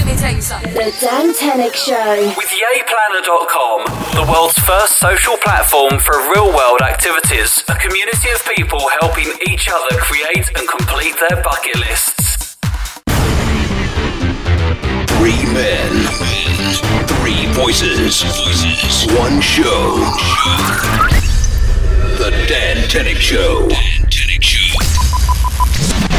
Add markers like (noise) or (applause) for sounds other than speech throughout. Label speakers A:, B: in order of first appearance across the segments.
A: The Dan Tenick Show.
B: With YayPlanner.com, the world's first social platform for real world activities, a community of people helping each other create and complete their bucket lists.
C: Three men, three voices, one show. The Dan Tenick Show.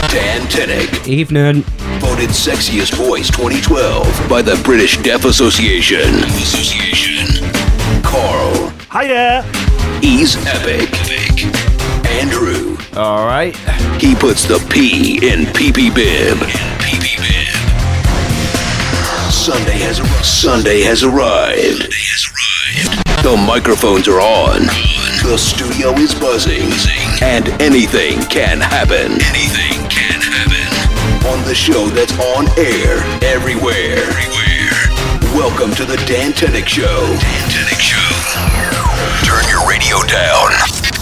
C: Dan Tenick,
D: Evening.
C: voted sexiest voice 2012 by the British Deaf Association. Association. Carl,
E: Hiya!
C: he's epic. Andrew,
D: All right.
C: he puts the P in PP Bib. Sunday has arrived. Sunday has arrived. The microphones are on. The studio is buzzing. And anything can happen. Anything can happen. On the show that's on air everywhere. Everywhere. Welcome to the Dan Tenick Show. Dan Tenick Show. Turn your radio down.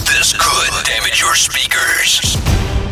C: This could damage your speakers.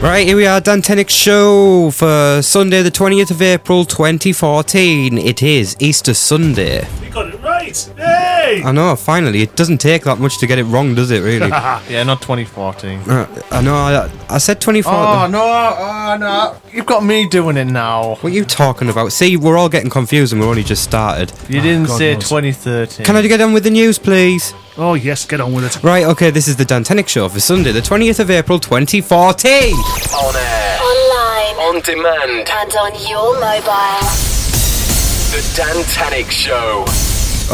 D: Right, here we are, Dan Tenick's show for Sunday, the 20th of April, 2014. It is Easter Sunday.
E: We got it right! Hey!
D: I know, finally, it doesn't take that much to get it wrong, does it, really? Uh,
F: Yeah, not 2014.
D: I know, I, I said 24.
F: Oh no! Oh no! You've got me doing it now.
D: What are you talking about? See, we're all getting confused and we're only just started.
F: You didn't say 2013.
D: Can I get on with the news, please?
E: Oh, yes, get on with it.
D: Right, okay, this is the Dan Tenick show for Sunday, the 20th of April, 2014.
B: On air,
A: Online
B: on demand,
A: and on your mobile.
B: The Dan Tanic Show.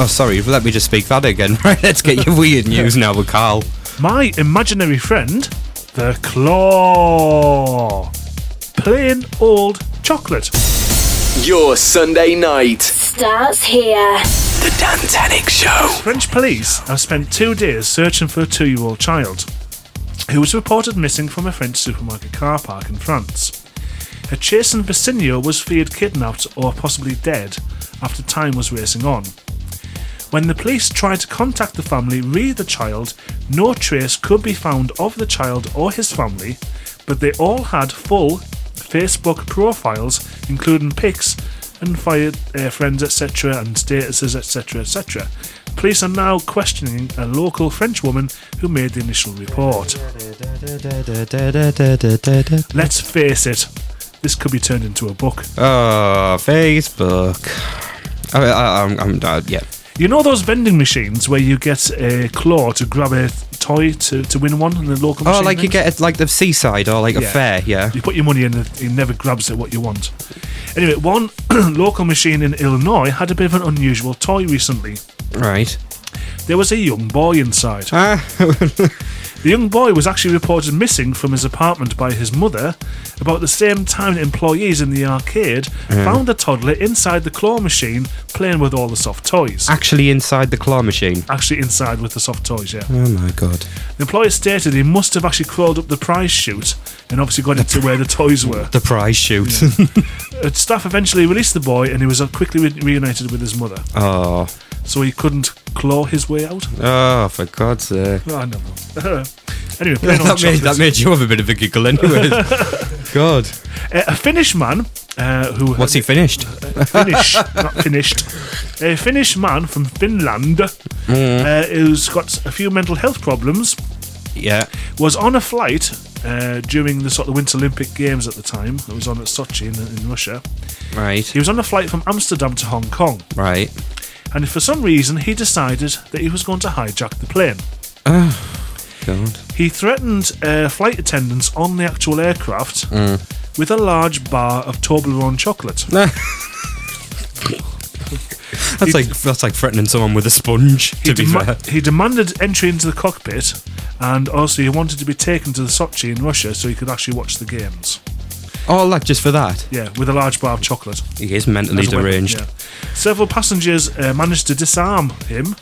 D: Oh, sorry, let me just speak that again. (laughs) Right, let's get your weird news now with Carl.
E: My imaginary friend, the Claw. Plain old chocolate.
G: Your Sunday night.
A: Starts here.
C: The Dan Tenick Show.
E: French police have spent two days searching for a two year old child who was reported missing from a French supermarket car park in France. A chase in Vicinio was feared kidnapped or possibly dead after time was racing on. When the police tried to contact the family re the child, no trace could be found of the child or his family, but they all had full Facebook profiles, including pics and fired uh, friends, etc., and statuses, etc., etc. Police are now questioning a local French woman who made the initial report. Let's face it, this could be turned into a book.
D: Oh, Facebook. I, I, I'm, I'm, uh, yeah.
E: You know those vending machines where you get a claw to grab a toy to, to win one in the local
D: Oh,
E: machine
D: like you
E: things?
D: get at like the seaside or like a
E: Yeah.
D: fair, yeah.
E: You put your money in, and it never grabs at what you want. Anyway, one (clears throat) local machine in Illinois had a bit of an unusual toy recently.
D: Right.
E: There was a young boy inside.
D: Ah,
E: The young boy was actually reported missing from his apartment by his mother about the same time employees in the arcade found the toddler inside the claw machine playing with all the soft toys.
D: actually inside the claw machine.
E: Actually, inside with the soft toys, yeah.
D: Oh my god.
E: The employer stated he must have actually crawled up the prize chute and obviously got into where the toys were.
D: The prize shoot.
E: Uh, staff eventually released the boy and he was uh, quickly re- reunited with his mother,
D: (laughs) oh.
E: so he couldn't claw his way
D: (laughs)
E: out.
D: Oh, for God's sake.
E: I know. (laughs) anyway, plain old
D: (laughs) that, made,
E: chocolate.
D: that made you have a bit of a giggle, anyways.
E: (laughs)
D: God.
E: Uh, a Finnish man uh, who
D: What's he finished?
E: Finnish, (laughs) not finished. A Finnish man from Finland
D: Mm.
E: uh, who's got a few mental health problems
D: Yeah.
E: was on a flight uh, during the sort of Winter Olympic Games at the time. It was on at Sochi in, in Russia.
D: Right.
E: He was on a flight from Amsterdam to Hong Kong,
D: Right.
E: and for some reason he decided that he was going to hijack the plane.
D: God. (laughs)
E: He threatened uh, flight attendants on the actual aircraft
D: Mm.
E: with a large bar of Toblerone chocolate.
D: That's like that's like threatening someone with a sponge. To be
E: dema-
D: fair.
E: he demanded entry into the cockpit, and also he wanted to be taken to the Sochi in Russia so he could actually watch the games.
D: All that Oh, just for that.
E: Yeah, with a large bar of chocolate.
D: He is mentally
E: as a weapon,
D: deranged.
E: yeah. Several passengers uh, managed to disarm him.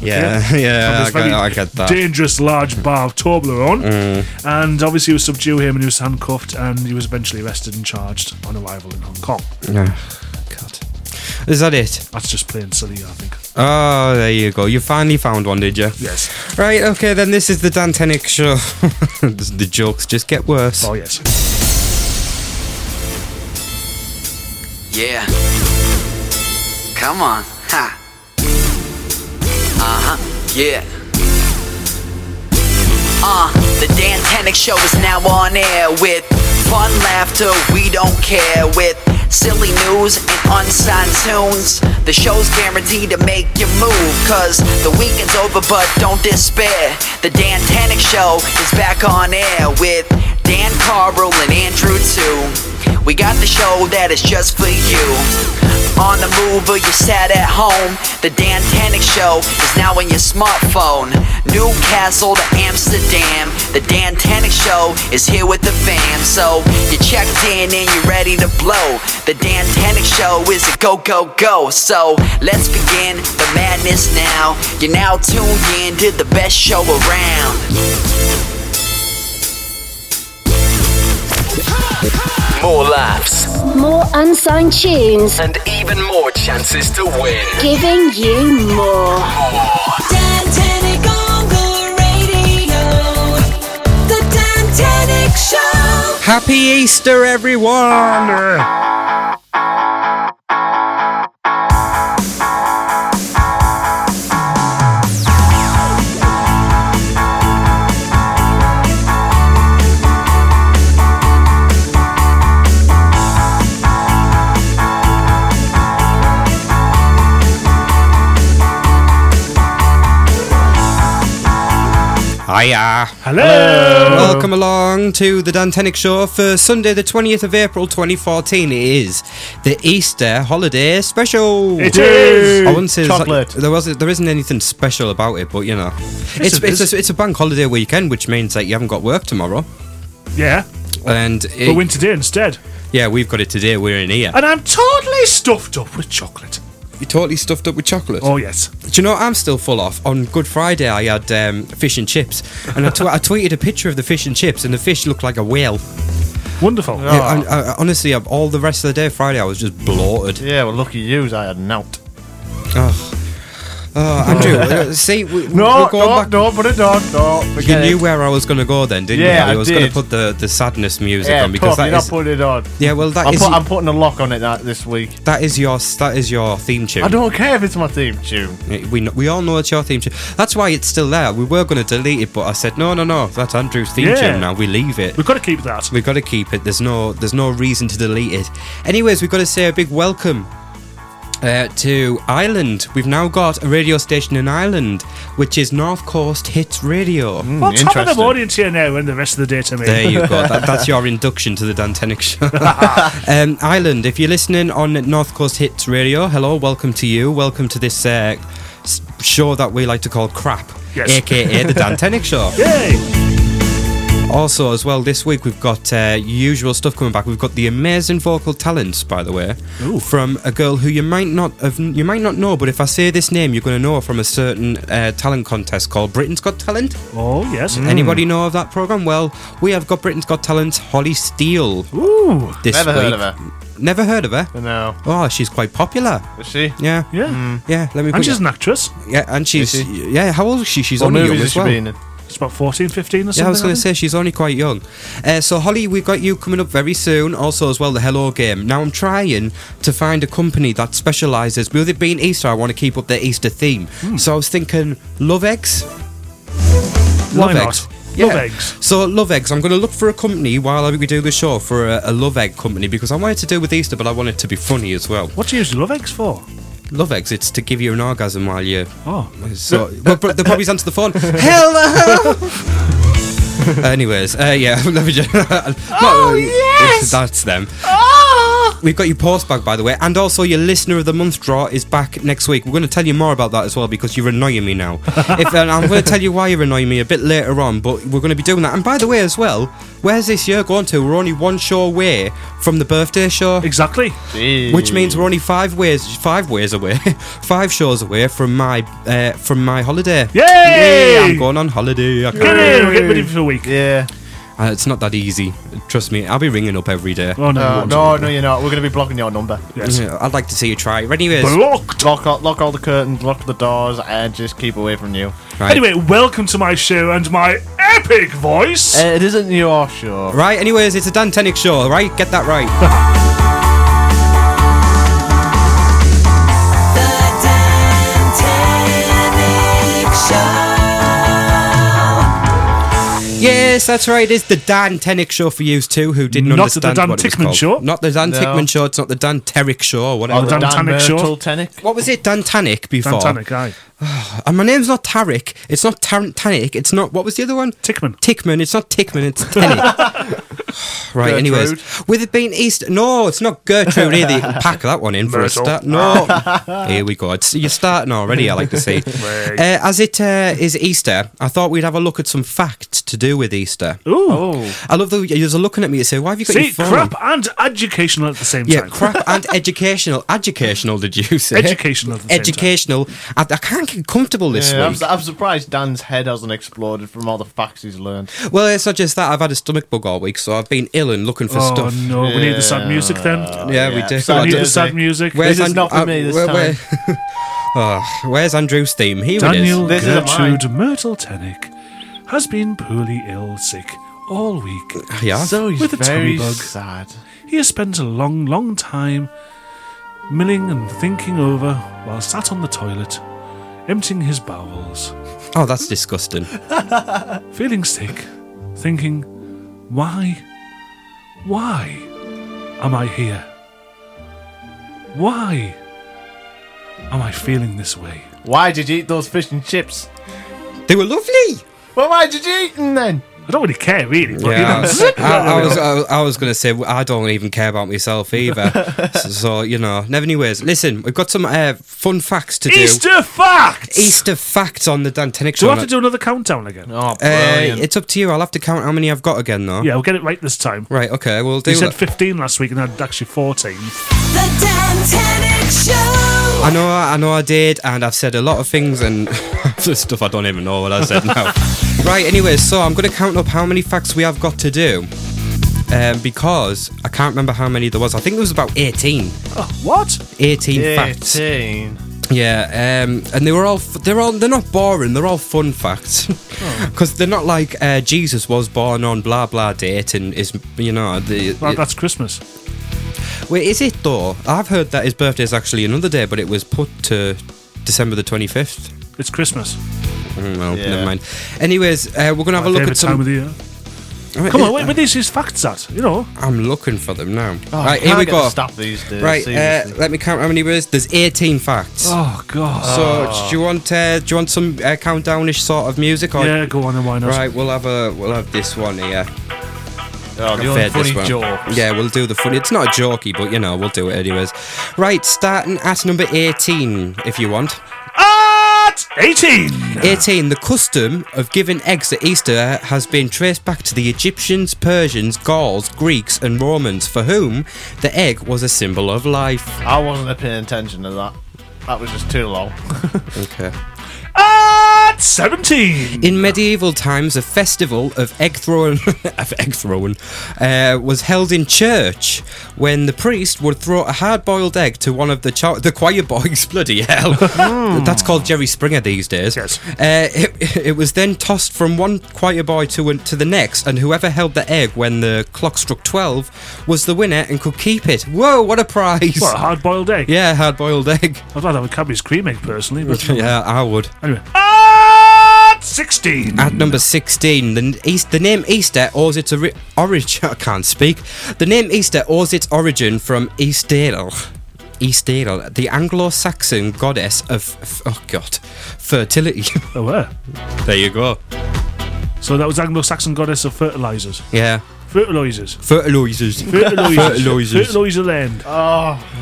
D: Yeah. (laughs) Yeah.
E: okay, of
D: I,
E: this very
D: get, I get that. Mm.
E: Dangerous large bar of Toblerone, and obviously he was subdue him, and he was handcuffed, and he was eventually arrested and charged on arrival in Hong Kong.
D: Yeah. God. Is that it?
E: That's just plain silly, I think.
D: Oh, there you go. You finally found one, did you?
E: Yes.
D: Right, okay, then this is the Dan Tenick show. (laughs) the jokes just get worse.
E: Oh yes.
G: Yeah.
H: Come on. Ha. Uh huh. Yeah. Uh, the Dan Tenick Show is now on air with fun laughter we don't care with silly news and unsigned tunes. The show's guaranteed to make you move, cause the weekend's over, but don't despair. The Dan Tenick Show is back on air with Dan Carl and Andrew too. We got the show that is just for you. On the move or you sat at home, the Dan Tanic Show is now on your smartphone. Newcastle to Amsterdam, the Dan Tanic Show is here with the fam. So you checked in and you're ready to blow. The Dan Tanic Show is a go, go, go. So let's begin the madness now. You're now tuned in to the best show around.
G: More laughs
A: More unsigned tunes,
G: and even more chances to win.
A: giving you more.
I: Dan Tenick on the radio. The Dan Tenick Show.
D: Happy Easter, everyone! Hiya.
E: Hello.
D: Welcome along to the Dantenic Show for Sunday, the 20th of April 2014. It is the Easter holiday special.
E: It is.
D: I wouldn't say there's like-
F: Chocolate.
D: there was there isn't anything special about it, but you know, it's
E: a-
D: it's, a, it's a bank holiday weekend, which means that you haven't got work tomorrow.
E: Yeah,
D: And it-
E: but win today instead.
D: yeah, we've got it today. We're in here.
E: And I'm totally stuffed up with chocolate.
D: You're totally stuffed up with chocolate.
E: Oh yes.
D: Do you know what I'm still full off? On Good Friday, I had um, fish and chips, and I, tw- I tweeted a picture of the fish and chips, and the fish looked like a whale.
E: Wonderful.
D: Yeah,
F: Ah.
D: I, I, I- honestly, I've- all the rest of the day Friday, I was just bloated.
F: Yeah, well, lucky yous, I had nout.
D: Oh, oh
F: (laughs)
D: Andrew, uh, see, we,
F: No,
D: we're going
F: no,
D: back.
F: no, put it down. No,
D: You
F: forget
D: knew
F: it.
D: where I was going to go then, didn't
F: Yeah,
D: you?
F: I
D: was going to
F: did.
D: put the, the sadness music
F: Yeah,
D: on because
F: tough,
D: that
F: you're not
D: is
F: putting it on.
D: yeah, well that
F: I'm,
D: is
F: put, I'm putting a lock on it that this week.
D: that is your that is your theme tune. Eh,
F: I don't care if it's my theme tune.
D: We kn- we all know it's your theme tune. That's why it's still there. We were going to delete it, but I said no, no, no. That's Andrew's theme
E: Yeah.
D: tune. Now we leave it.
E: We've got to keep that.
D: We've got to keep it. There's no there's no reason to delete it. Anyways, we've got to say a big welcome uh, to Ireland. We've now got a radio station in Ireland, which is North Coast Hits Radio.
E: Well, top of the
F: interesting.
E: audience here now and the rest of the day to me.
D: There you go. That, that's your induction to the Dantenic Show. um, Ireland, if you're listening on North Coast Hits Radio, hello, welcome to you. Welcome to this uh, s- show that we like to call crap,
E: Yes.
D: aka the Dantenic Show.
E: Yay!
D: Also, as well, this week we've got uh, usual stuff coming back. We've got the amazing vocal talents, by the way, from a girl who you might not have, you might not know, but if I say this name, you're going to know her from a certain uh, talent contest called Britain's Got Talent.
E: Oh yes.
D: Anybody know of that program? Well, we have got Britain's Got Talent's Holly Steele
E: Ooh.
D: this
F: Never
D: week.
F: heard of her.
D: Never heard of her.
F: No,
D: Oh, she's quite popular.
F: is she?
D: Yeah,
E: Yeah.
D: yeah. Let me.
E: And
D: put
E: she's an actress.
D: you- yeah, and she's
F: Is
D: yeah. How old is she? She's
F: What
D: only young
F: movies has
D: as
F: she
D: well.
F: been in?
E: It's about 14, 15 or something.
D: Yeah, I was going to
E: think.
D: say she's only quite young. Uh, so Holly, we've got you coming up very soon. Also, as well, the Hello Game. Now I'm trying to find a company that specialises with it being Easter. I want to keep up their Easter theme.
E: Hmm.
D: So I was thinking Love Eggs.
E: Why not? Love eggs.
D: So love eggs. I'm going to look for a company while we do the show for a, a love egg company because I wanted to do with Easter, but I want it to be funny as well.
E: What do you use love eggs for?
D: Love eggs. It's to give you an orgasm while you
E: Oh.
D: so, well, bro- they'll probably answer the (laughs) phone. Hello. (laughs) Anyways, uh, yeah, (laughs) let me just. oh yes, Oh! that's them. We've got your post back, by the way, and also your listener of the month draw is back next week. We're going to tell you more about that as well because you're annoying me (laughs) now. if, and I'm going to tell you why you're annoying me a bit later on, but we're going to be doing that. And by the way, as well, where's this year going to? We're only one show away from the birthday show.
E: Exactly.
D: Which means we're only five ways, five ways away, (laughs) five shows away from my uh, from my holiday.
E: Yay!
D: I'm going on holiday. I
E: Get
D: can't-
E: in. We're getting ready for a week.
F: Yeah.
D: Uh, it's not that easy. Trust me. I'll be ringing up every day.
E: Oh no.
F: Uh,
E: you
F: no,
E: won't.
F: no, you're not. We're going to be blocking your number.
E: Yes.
D: Yeah, (laughs) I'd like to see you try. it. Anyways,
E: Blocked.
F: Lock, all- lock all the curtains, lock the doors, and just keep away from you.
D: right.
E: Anyway, welcome to my show and my epic voice.
F: Uh, it isn't your show.
D: Right. Anyways, it's a Dan Tenick show. Right. Get that right.
H: The
D: Yes, that's right. It is the Dan Tenick show for you too, who didn't
E: Not the
D: understand
E: Dan
D: what it was
E: Tickman
D: called.
E: show.
D: Not the Dan
F: No.
D: Tickman show. It's not the Dan Terrick show or whatever.
E: Oh, Dan Tannic Shaw.
F: Myrtle Tannic.
D: what was it? Dan Tannick before.
E: Dantanic, aye.
D: And my name's not Tarek. It's not Tar- Tannick. It's not. What was the other one?
E: Tickman.
D: Tickman. It's not Tickman. It's
E: (sighs)
D: Tennick. right.
F: Gertrude.
D: Anyways, with it being East, no, it's not Gertrude either. You
E: (laughs)
D: can pack that one in for
E: Myrtle.
D: a start.
E: (laughs)
D: No. Here we go. It's, you're starting already. I like to see. Uh, as it uh, is Easter, I thought we'd have a look at some facts to do with Easter.
E: Ooh.
D: I love the you're looking at me and say, "Why have you got
E: See,
D: your phone?"
E: crap and educational at the same
D: Yeah,
E: time.
D: crap and educational. Educational, did you say?
E: Educational at the same time.
D: educational. I, I can't get comfortable this
F: Yeah, I'm,
D: week.
F: su- I'm surprised Dan's head hasn't exploded from all the facts he's learned.
D: Well, it's not just that. I've had a stomach bug all week, so I've been ill and looking for
E: Oh
D: stuff.
E: no, we need the sad music then.
D: Yeah, we do. (laughs)
F: Sad
D: Well, I
E: we need
D: do-
E: the sad music.
F: music.
D: Where's
F: This is
D: An-
F: not for me this
D: (laughs) Oh, where's Andrew's theme? Here
E: Daniel
D: it is.
F: This is a
E: Gertrude Myrtle Tenick has been poorly ill sick all week.
D: Yeah.
F: So he's
E: With a
F: very
E: tummy bug.
F: sad.
E: He has spent a long, long time milling and thinking over while sat on the toilet, emptying his bowels,
D: Oh, that's disgusting.
E: feeling sick, thinking, why, why am I here? Why am I feeling this way?
F: Why did you eat those fish and chips?
D: They were lovely.
F: Well, why did you eat them then?
E: I don't really care, really. But
D: Yeah, I (laughs)
E: you know,
D: was, I, I was, I, was- I was going to say I don't even care about myself
E: (laughs)
D: either. so, so, you know, never anyways. Listen, we've got some uh, fun facts to do.
E: Easter facts.
D: Easter facts on the Dantenic show.
E: Do I have to do another countdown again?
F: Oh,
D: Uh,
F: brilliant.
D: it's up to you. I'll have to count how many I've got again, though.
E: Yeah, we'll get it right this time.
D: Right. Okay. We'll do.
E: You said
D: that.
E: 15 last week and I'm actually 14.
I: The Dan Tenick Show.
D: I know. I know. I did, and I've said a lot of things and (laughs) the stuff I don't even know what I said now. right. Anyway, so I'm going to count up how many facts we have got to do. Um, because I can't remember how many there was. I think there was about 18.
E: What?
D: 18 facts.
F: 18.
D: Yeah, um, and they were all f- they're all they're not boring. They're all fun facts (laughs) because they're not like uh, Jesus was born on blah blah date and is you know the
E: Well, that's Christmas.
D: Wait, is it though? I've heard that his birthday is actually another day, but it was put to December the 25th.
E: It's Christmas.
D: Mm, well,
F: Yeah.
D: never mind. Anyways, uh, we're going to have a look
E: Favourite
D: at some.
E: time of the year.
D: Right,
E: Come
D: is-
E: on, where, where is his facts at? You know,
D: I'm looking for them now.
F: Oh,
D: right,
F: I
D: here we
F: can't get to
D: go.
F: Stop these days.
D: Right, uh,
F: seriously.
D: let me count how many there is. There's 18 facts.
E: Oh God!
D: So, do you want uh, do you want some uh, countdownish sort of music? Or,
E: yeah, go on and why not?
D: Right, we'll have a we'll have this one here.
F: oh, the
D: Fair
F: only funny
D: this one.
F: jokes.
D: Yeah, we'll do the funny. It's not a jokey, but you know we'll do it anyways. Right, starting at number 18, if you want.
E: At eighteen.
D: 18. The custom of giving eggs at Easter has been traced back to the Egyptians, Persians, Gauls, Greeks, and Romans, for whom the egg was a symbol of life.
F: I wasn't paying attention to that. That was just too long.
D: Okay.
E: At seventeen.
D: In medieval times, a festival of egg throwing, (laughs) of egg throwing uh, was held in church when the priest would throw a hard-boiled egg to one of the char- the choir boys. (laughs) Bloody hell! That's called Jerry Springer these days.
E: Hmm. Yes.
D: Uh, it, it was then tossed from one choir boy to an- to the next, and whoever held the egg when the clock struck twelve was the winner and could keep it. Whoa! What a prize!
E: What a hard-boiled egg.
D: Yeah, hard-boiled
E: (laughs)
D: egg.
E: I'd rather have a Cadbury's cream egg personally, but
D: (laughs) yeah, I would.
E: anyway. At sixteen.
D: At number 16, the, n- East, the name Easter owes its ori- origin. (laughs) I can't speak. The name Easter owes its origin from Easteril. Easteril, the Anglo Saxon goddess of. f- Oh, God. Fertility. (laughs)
E: oh, where?
D: there you go.
E: So that was Anglo-Saxon goddess of fertilizers.
D: Yeah. (laughs)
E: Fertilizers.
D: Fertilizers.
E: Fertilizers.
D: Fertilizers.
E: Fertilizer land.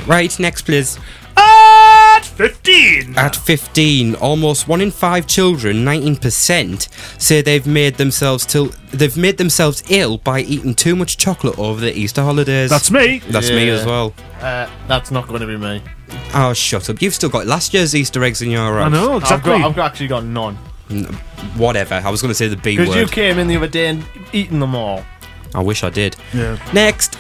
D: right, next, please.
E: At fifteen.
D: At 15, almost one in five children, 19%, say they've made themselves till they've made themselves ill by eating too much chocolate over the Easter holidays.
E: That's me.
D: That's me
F: Yeah.
D: as well.
F: Uh, that's not going to be me.
D: Oh, shut up. You've still got last year's Easter eggs in your uh,
E: I
D: house.
E: know exactly.
F: I've, got, I've got- actually got none.
D: Whatever. I was going to say the B
F: Because
D: word.
F: you came in the other day and eaten them all.
D: I wish I did.
E: yeah.
D: Next.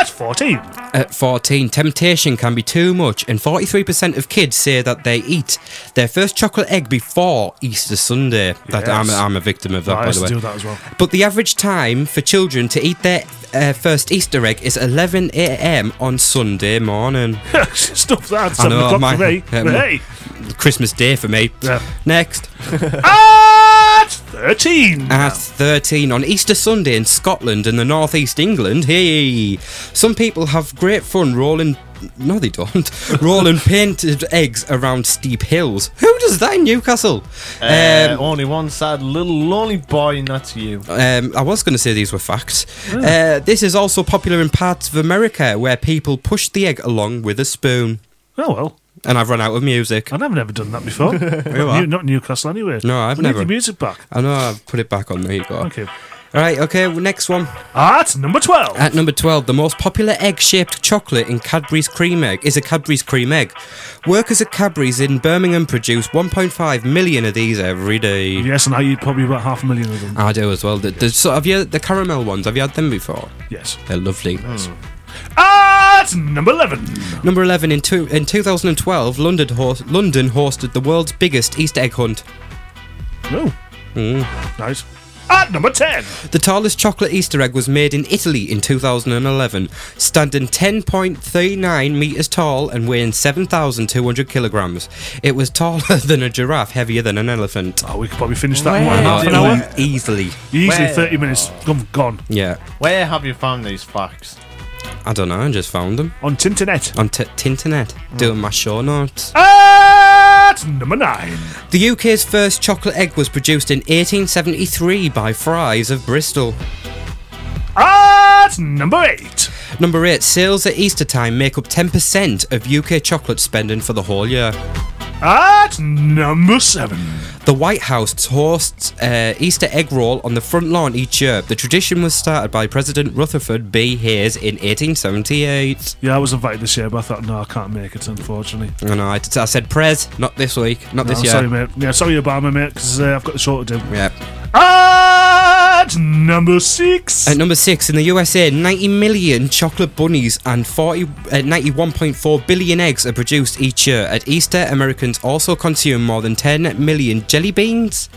E: At fourteen.
D: At 14, temptation can be too much, and 43% of kids say that they eat their first chocolate egg before Easter Sunday. That, I'm,
E: Yes.
D: I'm a victim of that,
E: I
D: by
E: used
D: the
E: to
D: way.
E: do that as well. (laughs)
D: But the average time for children to eat their uh, first Easter egg is 11 a.m. on Sunday morning.
E: (laughs) Stuff that. Seven
D: know,
E: o'clock
D: my-
E: for me.
D: yeah,
E: but
D: my-
E: hey,
D: Christmas Day for me.
E: Yeah.
D: Next.
E: At 13.
D: At 13 on Easter Sunday in Scotland and the northeast England, hey, some people have great fun rolling. No, they don't. (laughs) rolling painted eggs around steep hills. Who does that in Newcastle?
F: Uh,
D: um,
F: only one sad little lonely boy, and that's you.
D: um, I was going to say these were facts. Uh, this is also popular in parts of America where people push the egg along with a spoon.
E: Oh, well.
D: And I've run out of music.
E: I've never, never done that before.
D: are.
E: New, not Newcastle anyway.
D: No, I've
E: we
D: never. Oh.
E: Need the music back.
D: I know I've put it back on there. You go.
E: Okay.
D: All right. Okay. well, next one.
E: At number 12.
D: At number 12, the most popular egg shaped chocolate in Cadbury's cream egg is a Cadbury's cream egg. Workers at Cadbury's in Birmingham produce 1.5 million of these every day.
E: yes, and I eat probably about half a million of them.
D: I do as well. The, the, so have you the caramel ones? Have you had them before?
E: yes.
D: They're lovely.
E: At number 11.
D: Number 11 in, two, in 2012, London, host, London hosted the world's biggest Easter egg hunt. Oh.
E: No. Hmm.
D: Hmm.
E: Nice. At number 10.
D: The tallest chocolate Easter egg was made in Italy in 2011, standing 10.39 metres tall and weighing 7,200 kilograms. It was taller (laughs) than a giraffe, heavier than an elephant.
E: Oh, we could probably finish that in
F: Where
E: one half an
F: did
E: hour.
F: we-
D: Mm, Easily.
E: Easily
F: Where-
E: 30 minutes. Gone. gone.
D: Yeah.
F: Where have you found these facts?
D: I don't know, I just found them
E: On Tintinet.
D: on t- Tinternet, doing my show notes.
E: At number 9.
D: The UK's first chocolate egg was produced in 1873 by Fry's of Bristol.
E: At number 8.
D: Number 8. Sales at Easter time make up 10% of UK chocolate spending for the whole year.
E: At number 7.
D: The White House hosts uh, Easter egg roll on the front lawn each year. The tradition was started by President Rutherford B. Hayes in 1878.
E: Yeah, I was invited this year, but I thought, no, I can't make it, unfortunately.
D: I know, I, I said Prez, not this week, not this
E: I'm
D: year.
E: sorry, mate. Yeah, sorry, Obama, mate, because uh, I've got the show to do.
D: Yeah.
E: At number 6.
D: At number six in the USA, 90 million chocolate bunnies and 40, uh, 91.4 billion eggs are produced each year. At Easter, Americans also consume more than 10 million jelly beans.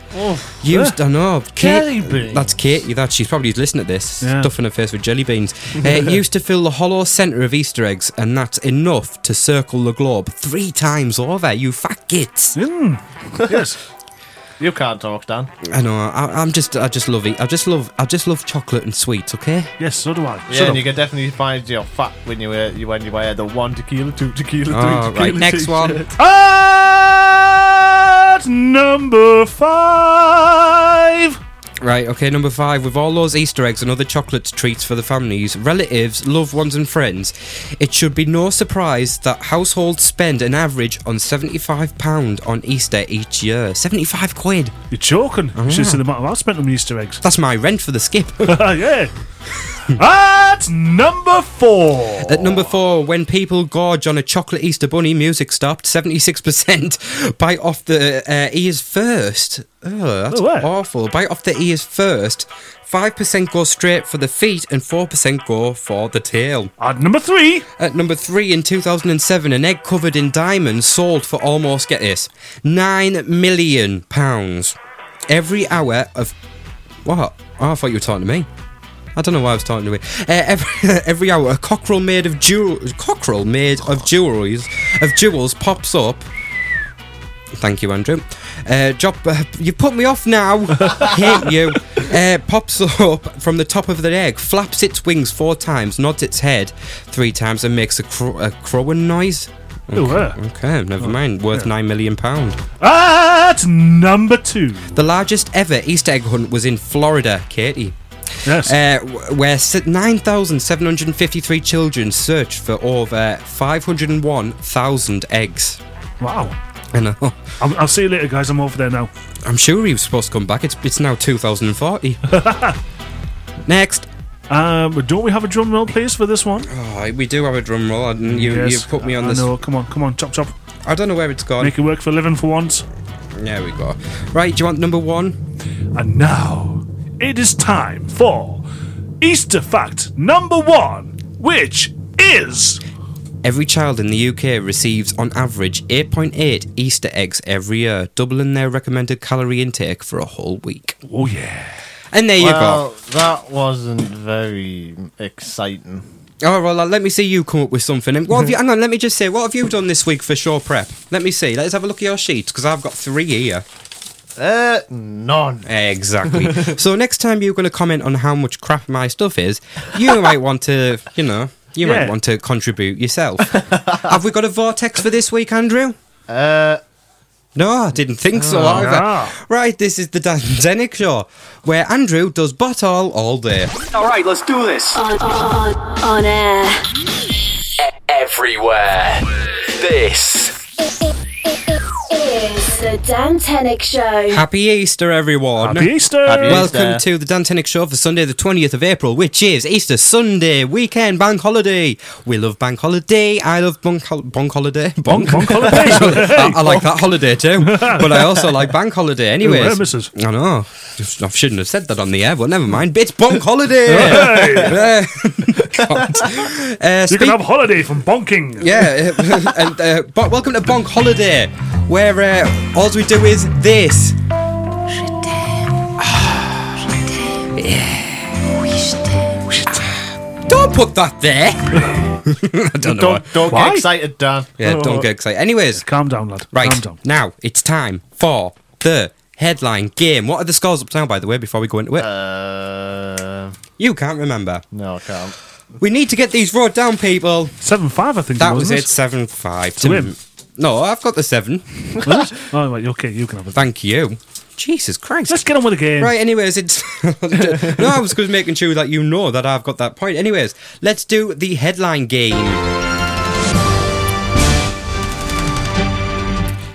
D: Used, I know.
F: Oh, Jelly beans?
D: That's Kate. That she's probably listening to this,
E: Yeah.
D: stuffing her face with jelly
F: (laughs)
D: beans. uh, used to fill the hollow centre of Easter eggs, and that's enough to circle the globe three times over. You fat kids.
E: (laughs) yes.
F: You can't talk, Dan.
D: I know. I, I'm just. I just love it. I just love. I just love chocolate and sweets. Okay.
E: Yes, so do I.
F: yeah,
E: Shut
F: and
E: up. (laughs)
F: you can definitely find your fat when you wear you when you wear the one tequila, two tequila, three
D: All
F: tequila.
D: right. Next
F: t-shirt.
D: one.
E: At number 5.
D: Right, okay, number five. With all those Easter eggs and other chocolate treats for the families, relatives, loved ones, and friends, it should be no surprise that households spend an average on £75 on Easter each year. 75 quid!
E: You're joking.
D: Oh,
E: You should see the amount of I spent on Easter eggs. (laughs) Ah,
D: That's my rent for the skip. (laughs)
E: yeah. At number 4.
D: At number four, when people gorge on a chocolate Easter bunny, music stopped. 76% bite off the uh, ears first. Oh, that's
E: Oh, what?
D: awful. Bite off the ears first. 5% go straight for the feet, and 4% go for the tail.
E: At number 3.
D: At number three in 2007, an egg covered in diamonds sold for almost, get this, nine million pounds. Every hour of. What? Oh, I thought you were talking to me. I don't know why I was talking to you. Uh, every, (laughs) every hour, a cockerel made of jewel, cockerel made of jewelries, of jewels pops up. Thank you, Andrew. Uh, drop, uh, you put me off now. Hate you. Uh, pops up from the top of the egg, flaps its wings four times, nods its head three times, and makes a, cro- a crowing noise.
E: Who were?
D: Okay, never mind. Worth nine million pound.
E: At number 2.
D: The largest ever Easter egg hunt was in Florida, Katie.
E: Yes.
D: Uh, w- where s- 9,753 children searched for over 501,000 eggs. (laughs) oh,
E: wow.
D: I know.
E: I'll, I'll see you later, guys. I'm over there now.
D: I'm sure he was supposed to come back. It's, it's now
E: (laughs)
D: 2040. Next.
E: Um, don't we have a drum roll, please, for this one?
D: Oh, we do have a drum roll, and you, you put me on
E: I,
D: this.
E: I know. Come on, come on, chop, chop.
D: I don't know where it's gone.
E: Make it work for a living for once.
D: There we go. Right, do you want number one?
E: And now it is time for Easter fact number one, which is
D: Every child in the UK receives, on average, 8.8 Easter eggs every year, doubling their recommended calorie intake for a whole week.
E: oh yeah,
D: And there you
F: Well,
D: go.
F: that wasn't very exciting.
D: Oh well, uh, let me see you come up with something. And
E: (laughs)
D: What have you? Hang on, let me just say, what have you done this week for show prep? Let me see. Let's have a look at your sheets because I've got three here.
F: Uh, none.
D: Exactly. (laughs) so next time you're going to comment on how much crap my stuff is,
E: (laughs)
D: you might want to, you know, you
E: Yeah.
D: might want to contribute yourself. (laughs) have we got a vortex for this week, Andrew?
F: Uh,
D: No, I didn't think so either.
E: no.
D: Right, this is the Dan (laughs) Zenick Show, where Andrew does bot all all day.
B: All right, let's do this.
A: on, on, on air.
G: Everywhere. This
A: It's the Dan Tenick Show.
D: Happy Easter, everyone.
E: Happy Easter!
F: Happy Easter.
D: Welcome to the Dan Tenick Show for Sunday, the 20th of April, which is Easter Sunday weekend, bank holiday. We love bank holiday. I love bunk, hol- bunk holiday. (laughs)
E: Bonk, bonk holiday.
D: I, I like that holiday too, but I also like bank holiday. Anyways,
E: yeah, missus.
D: I know. Just- I shouldn't have said that on the air, but never mind. It's bonk holiday. Yeah. (laughs) God. Uh,
E: You
D: speak-
E: can have holiday from bonking.
D: yeah, (laughs) uh, and uh, but welcome to Bonk Holiday, where uh, all we do is this. Don't put that there. (laughs) I don't know. why.
F: don't don't
E: Why?
F: get excited, Dan.
D: Yeah, don't get excited. Anyways,
E: Calm down, lad.
D: Right.
E: Calm down.
D: Now it's time for the headline game. What are the scores up now, by the way, before we go into it?
F: Uh,
D: you can't remember.
F: no, I can't.
D: We need to get these wrote down, people.
E: 7 5, I think
D: That was
E: wasn't
D: it, 7 5.
E: To him.
D: No, I've got the 7.
E: (laughs) Oh, wait, okay, you can have it.
D: Thank you. Jesus Christ.
E: Let's get on with the game.
D: Right, anyways, it's. (laughs) no, I was just making sure that you know that I've got that point. Anyways, let's do the headline game.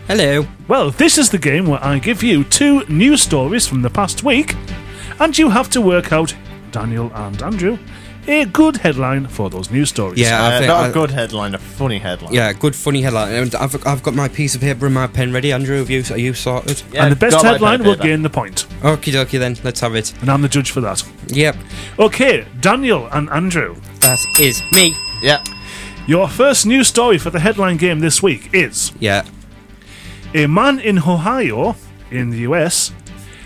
D: Hello.
E: Well, this is the game where I give you two news stories from the past week, and you have to work out, Daniel and Andrew, a good headline for those news stories.
D: Yeah, I
F: Uh,
D: think.
F: not a
D: I-
F: good headline, a funny headline.
D: Yeah, good funny headline. And I've, I've got my piece of paper and my pen ready. Andrew, have you, are you sorted?
F: Yeah,
E: and the best
F: got my
E: headline
F: paper
E: will
F: there.
E: gain the point,
D: Okie dokie then, let's have it.
E: and I'm the judge for that.
D: Yep,
E: Okay, Daniel and Andrew,
D: that is me.
F: Yeah.
E: your first news story for the headline game this week is
D: Yeah.
E: a man in Ohio, in the US,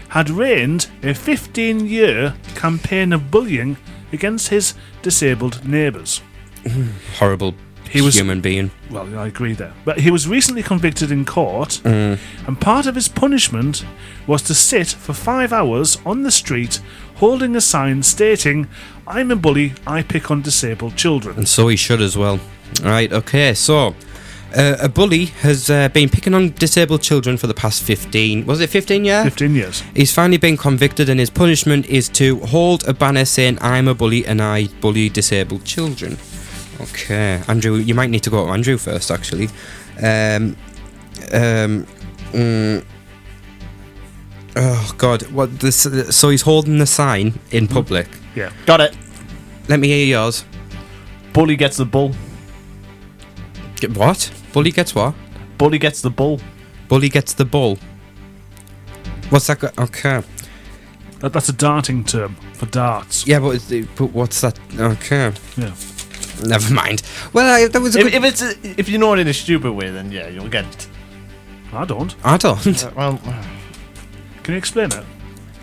E: had reigned a 15 year campaign of bullying against his disabled neighbours.
D: Horrible
E: He was-
D: human being.
E: Well, I agree there. But he was recently convicted in court,
F: Mm.
E: and part of his punishment was to sit for five hours on the street holding a sign stating, I'm a bully, I pick on disabled children.
F: (laughs)
D: And so he should as well. Right, okay, so. Uh, a bully has uh, been picking on disabled children for the past 15. Was it 15 yeah?
E: 15 years.
D: He's finally been convicted, and his punishment is to hold a banner saying, I'm a bully and I bully disabled children. Okay. Andrew, you might need to go to Andrew first, actually. Um, um, mm. oh, God. What this, so he's holding the sign in
E: Mm-hmm.
D: public.
E: Yeah.
F: Got it.
D: Let me hear yours.
F: Bully gets the bull.
D: Get- What? Bully gets what?
F: Bully gets the bull.
D: Bully gets the ball. What's that? Go- okay.
E: That, that's a darting term for darts.
D: Yeah, but, it's- but what's that? Okay.
E: Yeah.
D: Never mind. Well, I, that was a
F: If,
D: good.
F: if it's a- if you know it in a stupid way, then yeah, you'll get it.
E: I don't.
D: I don't.
F: Well,
E: Can you explain it?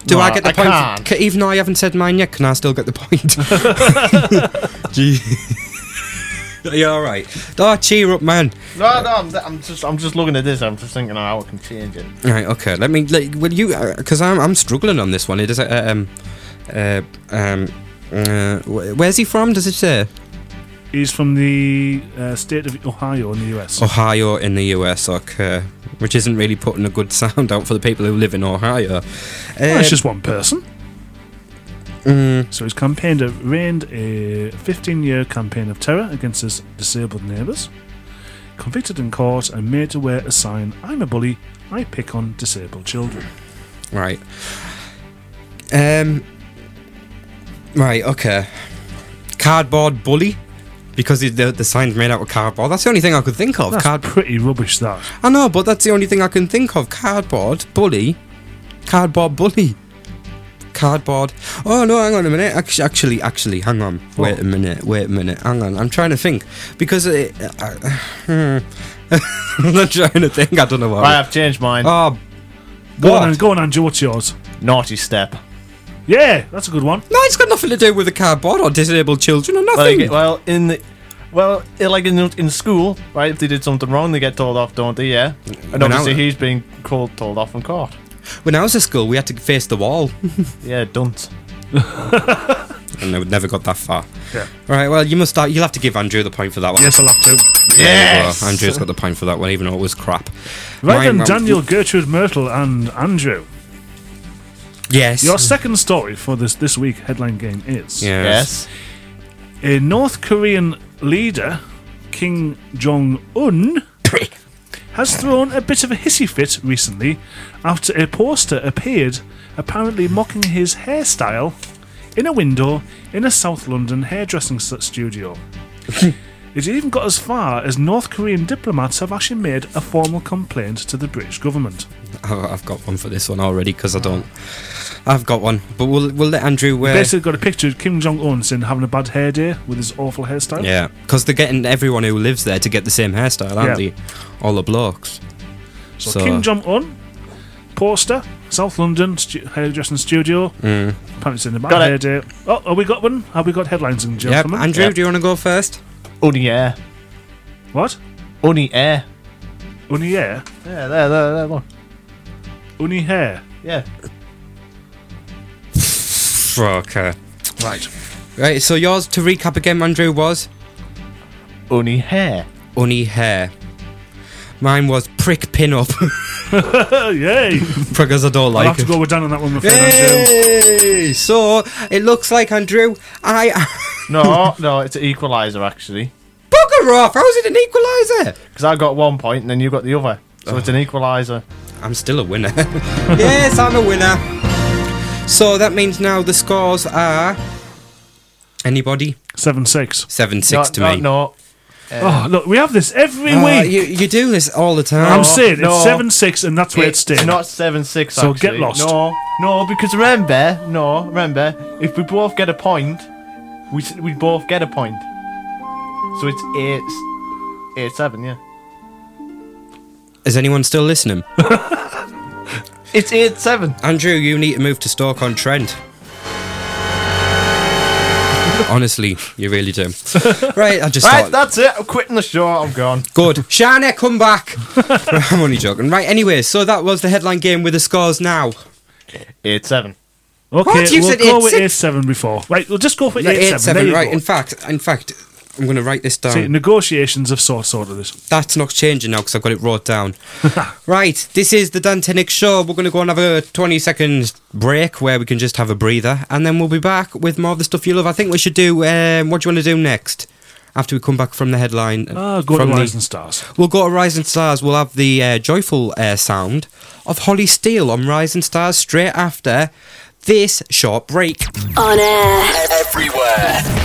D: Do I
F: Well,
D: get the
F: I
D: point?
F: can't.
D: Ca- Even though I haven't said mine yet, can I still get the
F: (laughs)
D: point? (laughs) Gee. (laughs) You're all right. Oh, cheer up, man.
F: no, no, I'm, I'm just I'm just looking at this. I'm just thinking how I can change it.
D: Right, okay. Let me. Let, will you? Because I'm, I'm struggling on this one. It is. Uh, um. Uh, um. Uh, wh- where's he from? Does it say
E: He's from the uh, state of Ohio in the US.
D: Ohio in the US? Okay, which isn't really putting a good sound out for the people who live in Ohio.
E: Well, it's
D: Um,
E: just one person.
D: Mm.
E: So he's campaigned, a, reigned a 15 year campaign of terror against his disabled neighbours, convicted in court and made to wear a sign I'm a bully, I pick on disabled children.
D: Right. Um. Right. Okay. Cardboard bully, because it- the the sign's made out of cardboard. That's the only thing I could think of.
E: That's
D: Card.
E: pretty rubbish, that.
D: I know, but that's the only thing I can think of. Cardboard bully. Cardboard bully. Cardboard. Oh no! Hang on a minute. Actually, actually, actually hang on. Wait
E: What?
D: a minute. Wait a minute. Hang on. I'm trying to think because it, I, (laughs) am not trying to think. I don't know
F: Right,
D: why.
F: I've changed mine.
D: Oh,
E: Go on,
D: what?
E: and go on, Andrew, what's yours?
F: Naughty step.
E: Yeah, that's a good one.
D: No, it's got nothing to do with the cardboard or disabled children or nothing.
F: Like, well, in the. Well, eh, like in in school, right? If they did something wrong, they get told off, don't they? Yeah. And
D: When I
F: obviously,
D: was-
F: he's being called told off and caught.
D: when I was at school, we had to face the wall,
F: Yeah, don't.
D: and I never got that far.
E: Yeah.
D: Right. Well, you must. Start, you'll have to give Andrew the point for that one.
E: Yes, I'll have to.
D: There you go.
F: Yes!
D: Andrew's got the point for that one, even though it was crap.
E: Right
D: Mine-
E: then, Daniel, Gertrude, Myrtle, and Andrew.
D: Yes.
E: Your second story for this this week headline game is
F: Yes.
E: a North Korean leader, Kim Jong Un, has thrown a bit of a hissy fit recently after a poster appeared apparently mocking his hairstyle in a window in a South London hairdressing s- studio. it even got as far as North Korean diplomats have actually made a formal complaint to the British government.
D: I- (laughs) I've got one for this one already because I don't. I've got one, but we'll we'll let Andrew. Uh,
E: Basically, got a picture of Kim Jong Un saying having a bad hair day with his awful hairstyle.
D: yeah, because they're getting everyone who lives there to get the same hairstyle, aren't
E: Yeah.
D: they? All the blokes.
E: So,
D: So-
E: Kim Jong Un, poster, South London stu- hairdressing studio.
D: Mm.
E: Apparently it's in the back
F: Got
E: hair
F: it.
E: day. Oh, have we got one? Have we got headlines and
D: Yep.
E: gentlemen?
D: Andrew,
F: Yep.
D: do you want to go first?
F: Only air.
E: What?
F: Only air.
E: Uni hair.
F: Yeah, there, there, there. Look.
E: Uni hair.
F: Yeah.
D: Okay.
E: Right.
D: Right. So yours to recap again, Andrew was
F: Only hair.
D: unny hair. Mine was prick pin up (laughs)
E: Oh,
F: (laughs)
E: yay!
D: because I don't
E: I'll
D: like
E: have to
D: it.
E: go with Dan on that one, my friend Andrew.
D: Yay! So it looks like Andrew, I (laughs)
F: No, no, it's an equalizer actually.
D: bugger off. How is it an equaliser?
F: Because I got one point and then you got the other. So it's an
D: Oh.
F: equalizer.
D: I'm still a winner. (laughs) yes, I'm a winner. So that means now the scores are anybody
E: 7 6.
D: seven
F: No,
D: six to
F: no,
D: me.
F: no.
E: oh, look, we have this every
D: Ah,
E: week.
D: you you do this all the time.
E: I'm saying
F: no.
E: it's 7 6, and that's where it
F: It's
E: stays.
F: not seven six.
E: So get
F: actually.
E: lost.
F: No, no, because remember, no, remember, if we both get a point, we s- we both get a point. So it's eight, s- eight seven. Yeah,
D: Is anyone still listening?
F: it's eight seven.
D: Andrew, you need to move to Stoke on Trent. Honestly, you really do. Right, I just
F: Right,
D: thought.
F: that's it. I'm quitting the show. I'm gone.
D: Good. Shana, come back. (laughs) I'm only joking. Right, anyway, so that was the headline game with the scores now.
F: Eight seven.
E: okay,
D: What? You
E: we'll
D: said
E: go
D: eight
E: with
D: six?
E: 8 7 before. Right, we'll just go for
D: Yeah,
E: 8
D: eight
E: 7. There
D: seven.
E: you
D: Right.
E: go.
D: In fact, in fact, I'm going to write this down.
E: See, negotiations of sorts sorted this.
D: That's not changing now because I've got it wrote
E: (laughs)
D: down. right, this is the Dan Tenick Show. We're going to go and have a 20 second break where we can just have a breather and then we'll be back with more of the stuff you love. I think we should do um, what do you want to do next after we come back from the headline?
E: Ah, go
D: from
E: to
D: the-
E: Rising Stars.
D: We'll go to Rising Stars. We'll have the uh, joyful uh, sound of Holly Steele on Rising Stars straight after this short break.
A: On air.
G: Everywhere.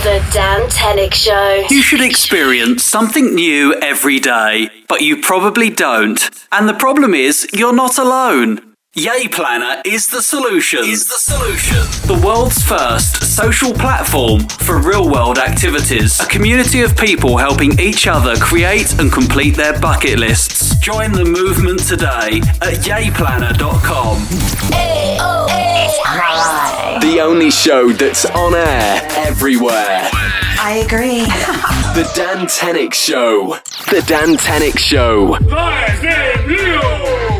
A: The Dan Tenick Show.
B: You should experience something new every day, but you probably don't. And the problem is, you're not alone. Yay Planner is the solution. Is the solution. The world's first social platform for real world activities. A community of people helping each other create and complete their bucket lists. Join the movement today at yayplanner.com.
G: The only show that's on air everywhere.
I: I agree. (laughs)
G: The Dan Tenick Show. The Dan Tenick Show.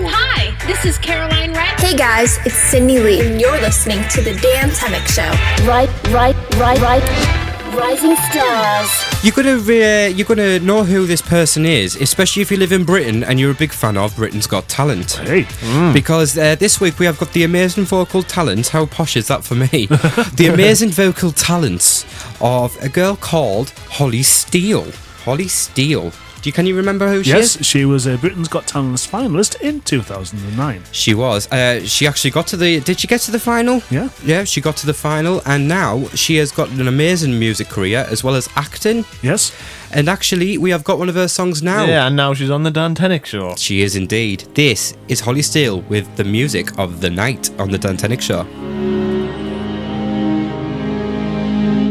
J: Hi, this is Caroline Rapp.
K: Hey guys, it's Cindy Lee, and you're listening to The Dan Temick Show.
A: Right, right, right, right. Rising Stars.
D: You're gonna re- you're gonna uh, know who this person is, especially if you live in Britain and you're a big fan of Britain's Got Talent.
E: Hey.
D: Because uh, this week we have got the amazing vocal talent. How posh is that for
E: (laughs)
D: me? the amazing vocal talents of a girl called Holly Steele. Holly Steele. Do you, can you remember who she is?
E: Yes, she was a Britain's Got Talent finalist in 2009.
D: She was. Uh, she actually got to the. Did she get to the final?
E: Yeah.
D: Yeah, she got to the final, and now she has got an amazing music career as well as acting.
E: Yes,
D: And actually, we have got one of her songs now.
F: Yeah, and now she's on the Dan Tenick Show.
D: She is indeed. This is Holly Steele with the music of the night on the Dantenic Show.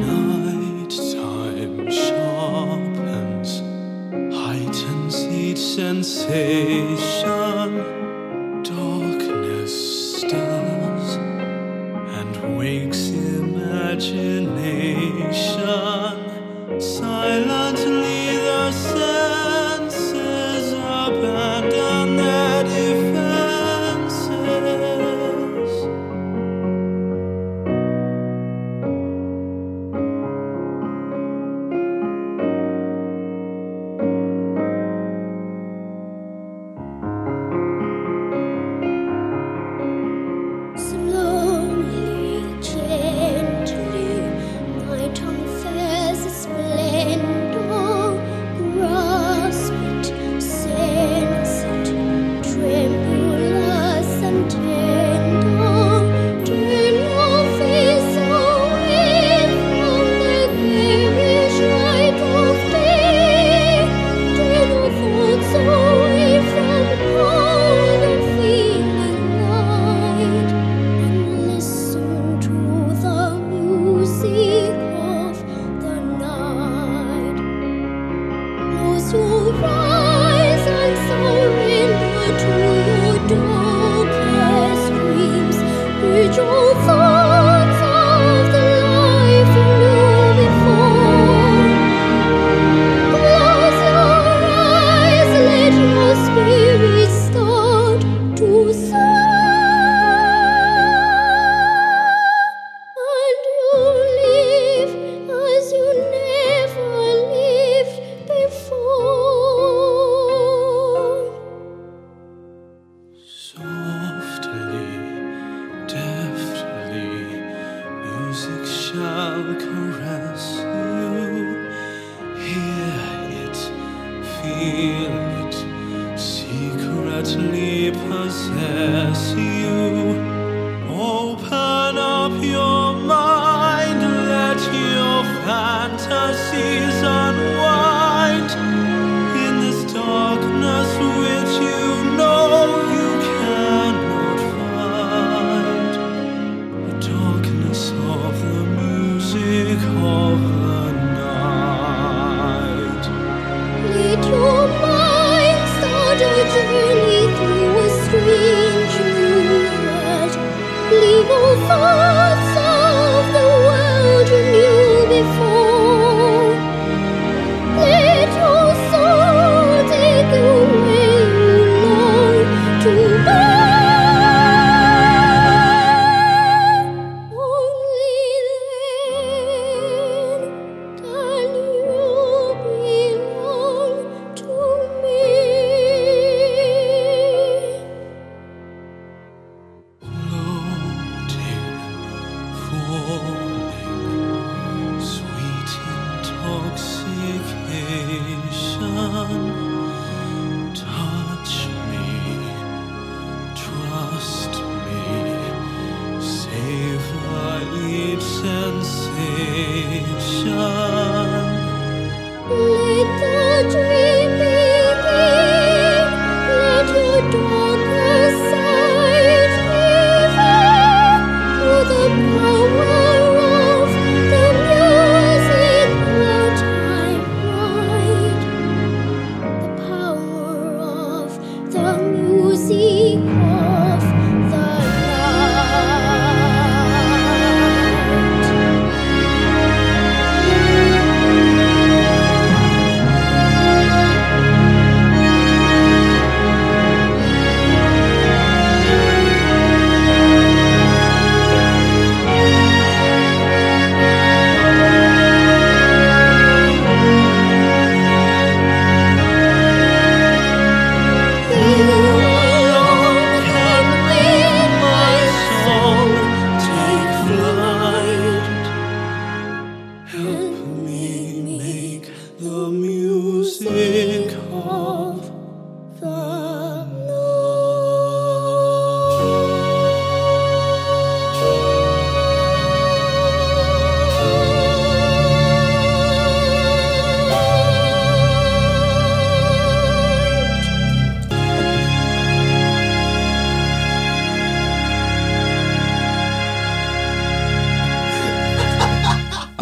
L: Nighttime sharpens, heightens each sensation. Darkness stirs, and wake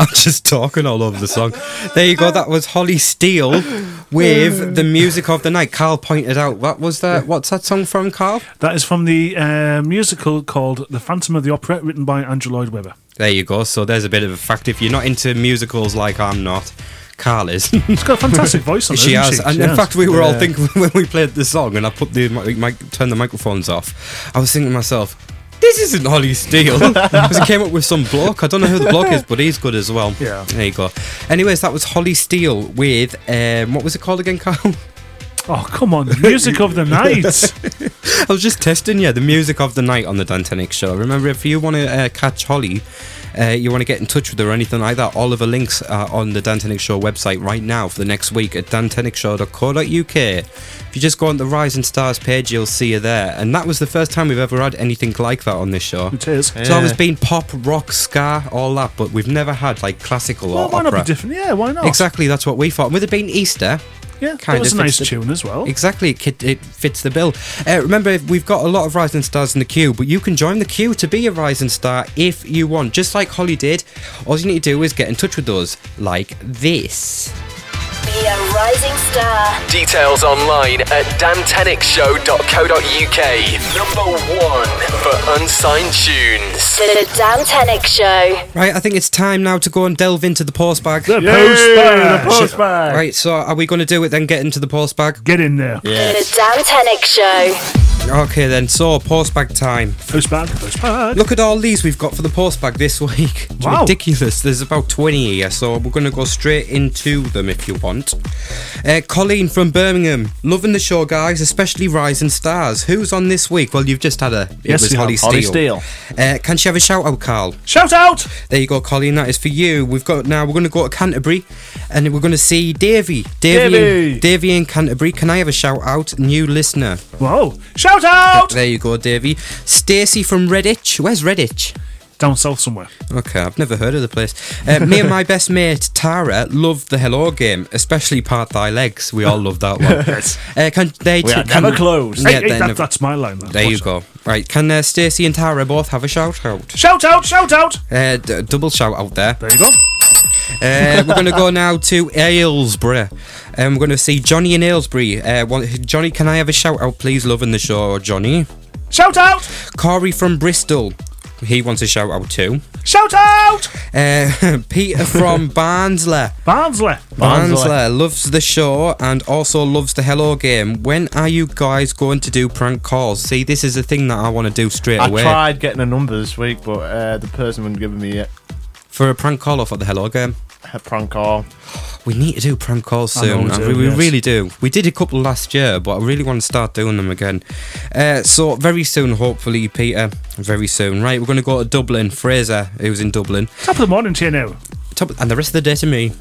I: (laughs) just talking all over the song. There you go. That was Holly Steele with the music of the night. Carl pointed out what was that? What's that song from, Carl?
E: That is from the uh, musical called The Phantom of the Opera, written by Andrew Lloyd Webber.
I: There you go. So there's a bit of a fact. If you're not into musicals like I'm not, Carl is.
E: (laughs) She's got a fantastic voice on
I: she
E: has.
I: She? And
E: She
I: in
E: has.
I: fact, we were all
E: Yeah.
I: thinking (laughs) when we played the song, and I put the mic, mic, turned the microphones off. I was thinking to myself, this isn't Holly
E: (laughs)
I: Steele. Because it came up with some block. I don't know who the block is, but he's good as well.
E: Yeah.
I: There you go. Anyways, that was Holly Steele with um, what was it called again, Carl?
E: Oh, come on. Music of the night.
I: I was just testing you. The music of the night on the Dantenic Show. Remember, if you want to uh, catch Holly, uh, you want to get in touch with her or anything like that, all of her links are on the Dantenic Show website right now for the next week at dantenicshow.co.uk. If you just go on the Rising Stars page, you'll see her there. And that was the first time we've ever had anything like that on this show.
E: It is.
I: It's always been pop, rock, ska, all that, but we've never had like classical
E: Well,
I: or
E: why not be
I: opera.
E: different? Yeah, why not?
I: Exactly, that's what we thought. And with it being Easter,
E: Yeah,
I: kind
E: that was a
I: of
E: nice
I: fits the-
E: tune as
F: Oh.
E: well.
I: Exactly, it, kid- it fits the bill. Uh, remember, we've got a lot of rising stars in the queue, but you can join the queue to be a rising star if you want. Just like Holly did, all you need to do is get in touch with us, like this.
A: Be a rising Rising Star.
G: Details online at dantenickshow.co.uk. Number one for unsigned tunes.
A: The, the Dan Tenick Show.
D: Right, I think it's time now to go and delve into the post bag. The
E: postbag, the postbag.
D: Right, so are we going to do it then? Get into the post bag?
E: Get in there.
A: The Dan Tenick Show.
D: Okay then, so post bag time.
E: Post bag, post bag.
D: Look at all these we've got for the post bag this (laughs) week. It's
E: Wow.
D: ridiculous. There's about 20 here, so we're going to go straight into them if you want. Uh, Colleen from Birmingham. Loving the show, guys, especially Rising Stars. Who's on this week? Well, you've just had a. It
F: Yes,
D: was
F: we
D: Holly
F: have. Holly
D: Steele. Uh, can she have a shout out, Carl?
E: Shout out!
D: There you go, Colleen. That is for you. We've got now. We're going to go to Canterbury, and we're going to see Davy. Davy,
E: Davy!
D: In, Davy in Canterbury. Can I have a shout out? New listener.
E: Whoa! Shout out!
D: There you go, Davy. Stacey from Redditch. Where's Redditch?
E: Down south somewhere.
D: Okay, I've never heard of the place. Uh, me and my best mate Tara loved the Hello game, especially Part Thy Legs. We all loved that
F: (laughs)
D: one.
E: Yes.
D: Uh, can they?
F: We are
D: can-
F: never closed.
D: Yeah,
E: hey, hey,
D: they're
E: that,
D: never-
E: that's my line. That.
D: there you go. Right, can uh, Stacey and Tara both have a shout out?
E: Shout out! Shout out!
D: Uh, d- double shout out there.
E: There you go.
D: Uh, we're going to go now to Aylesbury. Um, we're going to see Johnny in Aylesbury. Uh, one- Johnny, can I have a shout out, please? Loving the show, Johnny.
E: Shout out!
D: Corey from Bristol. He wants a shout out too.
E: Shout out!
D: Uh, (laughs) Peter from Barnsley.
E: Barnsley.
F: Barnsley.
D: Barnsley loves the show and also loves the Hello game. When are you guys going to do prank calls? See, this is the thing that I want to do straight
F: I
D: away.
F: tried getting a number this week, but uh, the person wouldn't give me a,
D: For a prank call or for the Hello game?
F: a prank call.
D: We need to do prank calls
E: I
D: soon.
E: know we
D: I
E: do,
D: re- we
E: yes.
D: really do. We did a couple last year, but I really want to start doing them again. Uh, so very soon, hopefully, Peter. Very soon, right? We're going to go to Dublin. Fraser, who's in Dublin,
E: Top of the morning to you now.
D: Top, and the rest of the day to me.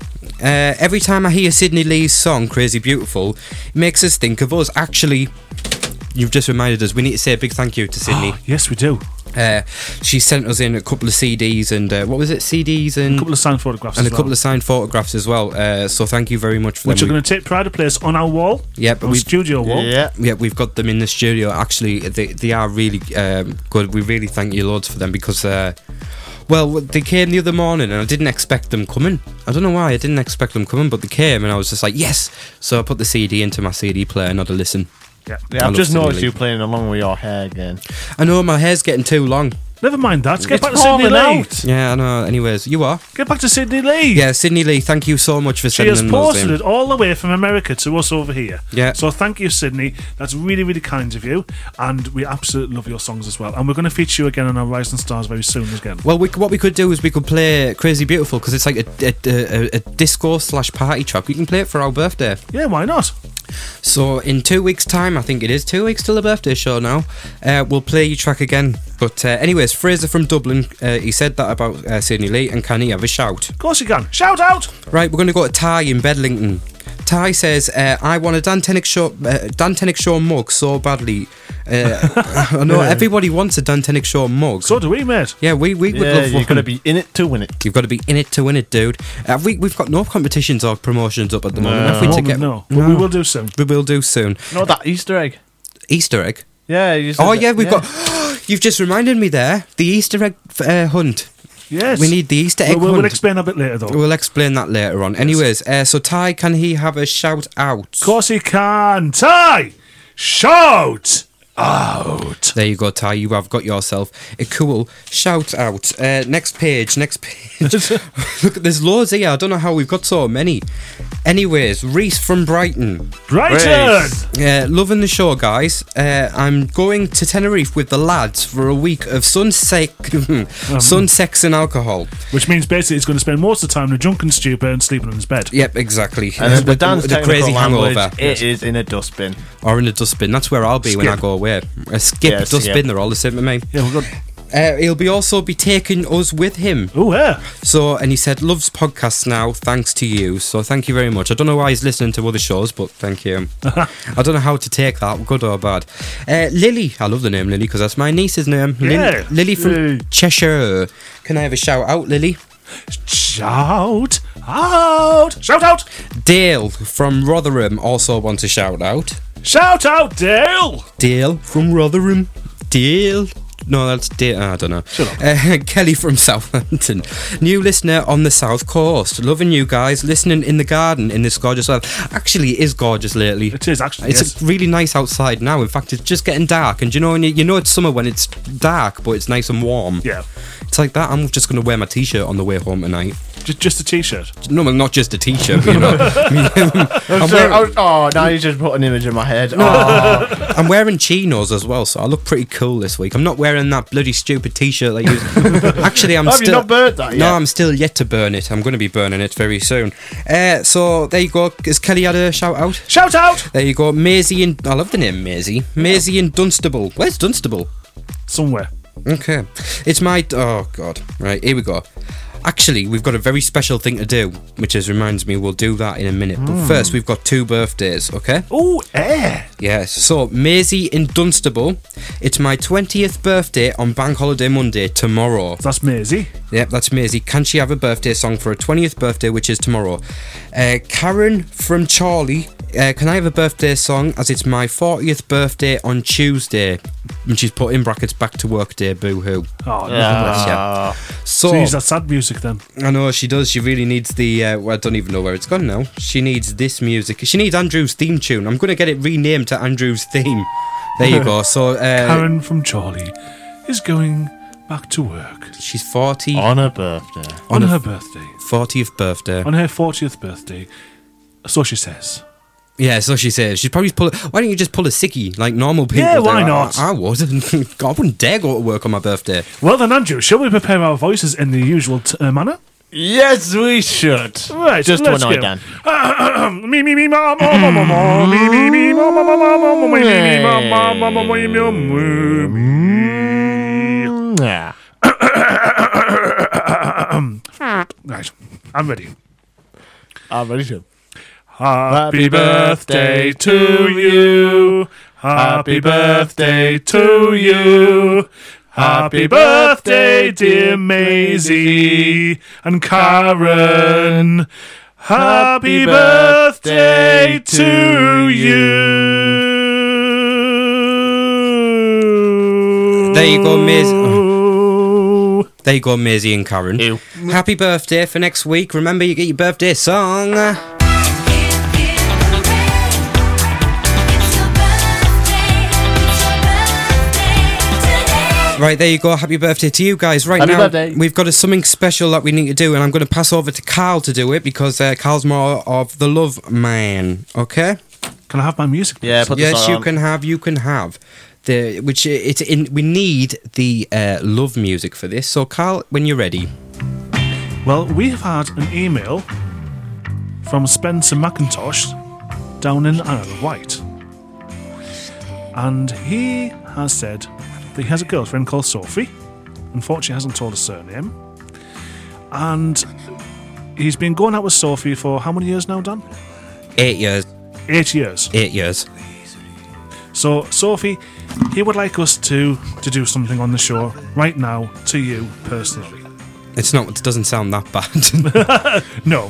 D: Uh, every time I hear Sydney Lee's song "Crazy Beautiful," it makes us think of us. Actually, you've just reminded us. We need to say a big thank you to
E: (gasps)
D: Sydney.
E: Ah, Yes, we do.
D: Uh, she sent us in a couple of CDs and uh, what was it? CDs and
E: A couple of signed photographs.
D: and a
E: as well,
D: couple of signed photographs as well. Uh, so thank you very much for
E: which
D: them. We-
E: are going to take pride of place on our wall.
D: Yep,
E: our
D: we-
E: studio wall.
F: Yeah.
D: yeah, we've got them in the studio. Actually, they, they are really um, good. We really thank you, loads, for them because, uh, well, they came the other morning and I didn't expect them coming. I don't know why I didn't expect them coming, but they came and I was just like, yes. So I put the CD into my CD player and had a listen.
E: Yeah.
D: I
F: Yeah, I've
D: love
F: just
D: Sydney
F: noticed
D: Lee.
F: you playing along with your hair again.
D: I know my hair's getting too long.
E: Never mind that. Get
F: It's
E: back to Sydney
F: falling
E: Lee.
F: out.
D: Yeah, I know. Anyways, you are.
E: Get back to Sydney Lee.
D: Yeah, Sydney Lee, thank you so much for
E: She has
D: sending those
E: posted
D: in.
E: it all the way from America to us over here.
D: Yeah.
E: So thank you, Sydney. That's really, really kind of you. And we absolutely love your songs as well. And we're going to feature you again on our Rising Stars very soon again.
D: Well, we, c- what we could do is we could play Crazy Beautiful because it's like a, a, a, a- a disco slash party track. We can play it for our birthday.
E: Yeah, why not?
D: So in two weeks' time, I think it is two weeks till the birthday show now. Uh, we'll play your track again. But uh, anyways, Fraser from Dublin, uh, he said that about uh, Sydney Lee, and can he have a shout?
E: Of course you can. Shout out.
D: Right, we're going to go to Ty in Bedlington. Ty says, uh, "I want a Dan Tenick show, uh, Dan Tenick show mug so badly. Uh, (laughs) I know everybody wants a Dan Tenick show mug.
E: So do we, mate.
D: yeah, we, we would
F: Yeah,
D: love
F: you're
D: one.
F: going to be in it to win it.
D: You've got to be in it to win it, dude. Have we, we've got no competitions or promotions up at the moment. Have we
E: At the
D: to
E: moment,
D: get,
E: no, but we will do soon.
D: We will do soon.
F: No, that Easter egg.
D: Easter egg.
F: Yeah. You said
D: Oh
F: that-
D: yeah, we've got. You've just reminded me there. The Easter egg uh, hunt.
E: Yes.
D: We need the Easter egg
E: We'll, we'll,
D: hunt.
E: we'll explain a bit later, though.
D: We'll explain that later on. Anyways, uh, so Ty, can he have a shout out?
E: Of course he can. Ty, shout out.
D: There you go, Ty. You have got yourself a cool shout out. Uh, next page. Next page.
E: (laughs)
D: Look, there's loads here. I don't know how we've got so many. Anyways, Reese from Brighton.
E: Brighton.
F: Brace.
D: Uh, loving the show, guys. Uh, I'm going to Tenerife with the lads for a week of sun, sec- (laughs)
E: Um,
D: sun sex, and alcohol.
E: Which means basically he's going to spend most of the time in a drunken stupor and sleeping in his bed.
D: Yep, exactly.
F: And
D: Uh,
F: the, dance technical
D: crazy
F: language,
D: hangover.
F: It is in a dustbin.
D: Or in a dustbin. That's where I'll be when I
F: Skip.
D: go away. A skip,
F: Yeah,
D: dustbin,
F: skip.
D: they're all the same to me.
E: Yeah, we're good.
D: Uh, he'll be also be taking us with him.
E: Oh, yeah.
D: So, and he said, loves podcasts now, thanks to you. So, thank you very much. I don't know why he's listening to other shows, but thank
F: (laughs)
D: you. I don't know how to take that, good or bad. Uh, Lily, I love the name Lily because that's my niece's name. Lily,
E: Yeah.
D: Lily from
E: Yay.
D: Cheshire. Can I have a shout out, Lily?
E: Shout out. Shout out.
D: Dale from Rotherham also wants a shout out.
E: Shout out, Dale.
D: Dale from Rotherham. Dale. No, that's da- I don't know. (laughs) Uh, Kelly from Southampton, new listener on the south coast. Loving you guys. Listening in the garden in this gorgeous weather. Actually, it is gorgeous lately. It
E: is actually.
D: It's
E: yes.
D: really nice outside now. In fact, it's just getting dark, and you know, when you, you know it's summer when it's dark, but it's nice and warm.
E: Yeah.
D: It's like that. I'm just gonna wear my t-shirt on the way home tonight.
E: Just, just a t-shirt.
D: No, well, not just a t-shirt. but, you know, I mean,
F: I'm
D: I'm
F: sorry,
D: wearing-
F: I was- oh, now you just put an image in my head. Oh.
D: I'm wearing chinos as well, so I look pretty cool this week. I'm not wearing that bloody stupid t-shirt that you. Actually, I'm
F: Have you
D: still.
F: not burnt
E: Uh,
F: that yet?
D: No, I'm still yet to burn it. I'm going to be burning it very soon. Uh, so there you go. Has Kelly had a shout out?
E: Shout out!
D: There you go. Maisie and I love the name Maisie. Maisie and Dunstable. Where's Dunstable?
E: Somewhere.
D: Okay. It's my. Oh, God. Right, here we go. Actually, we've got a very special thing to do, which is reminds me we'll do that in a minute. But
E: Hmm.
D: first, we've got two birthdays, okay?
E: Oh, eh.
D: Yes. So, Maisie in Dunstable, it's my 20th birthday on Bank Holiday Monday tomorrow.
E: That's Maisie.
D: Yep, that's Maisie. Can she have a birthday song for her 20th birthday, which is tomorrow? Uh, Karen from Charlie, uh, can I have a birthday song as it's my 40th birthday on Tuesday? And she's put in brackets back to work day, boo hoo.
E: Oh, no.
D: Yeah. So,
E: Jeez, that's sad music then.
D: I know she does. She really needs the. Uh, well, I don't even know where it's gone now. She needs this music. She needs Andrew's theme tune. I'm going to get it renamed to Andrew's theme. There
E: (laughs)
D: you go. So, uh,
E: Karen from Charlie is going back to work
D: she's 40.
F: On her birthday.
E: on, her birthday.
D: 40th birthday.
E: On her 40th birthday. So she says.
D: Yeah, so she says. She'd probably pull. Why don't you just pull a sickie like normal people?
E: Yeah,
D: do?
E: why
D: I-
E: not?
D: I, I would. I wouldn't (laughs) dare go to work on my birthday.
E: Well then, Andrew, shall we prepare our voices in the usual t- uh, manner?
F: Yes, we should.
E: Right,
F: Just to
E: let's
F: annoy
E: go.
F: Dan.
E: me me me ma ma ma ma ma me me me ma ma ma ma ma ma me me me ma ma ma ma ma me me me.
F: Ah,
E: Right, I'm ready.
F: I'm ready to.
E: Happy birthday to you. Happy birthday to you. Happy birthday, dear Maisie and Karen. Happy birthday to you.
D: There you go, Miz. There you go, Maisie and Karen. Happy birthday for next week. Remember, you get your birthday song. Right, there you go. Happy birthday to you guys. Right
F: Happy
D: now,
F: birthday.
D: we've got a, something special that we need to do, and I'm going to pass over to Carl to do it because uh, Carl's more of the love man. Okay?
E: Can I have my music?
F: Yeah, put the
D: yes,
F: song
D: you
F: on.
D: can have. You can have. The, which uh, it's in. We need the uh, love music for this. So, Carl, when you're ready.
E: Well, we've had an email from Spencer McIntosh down in Isle of Wight. And he has said that he has a girlfriend called Sophie. Unfortunately, hasn't told us surname. And he's been going out with Sophie for how many years now, Dan?
D: Eight years.
E: Eight years.
D: Eight years.
E: So, Sophie, he would like us to, to do something on the show right now to you personally.
D: It's not. It doesn't sound that bad. (laughs)
E: No,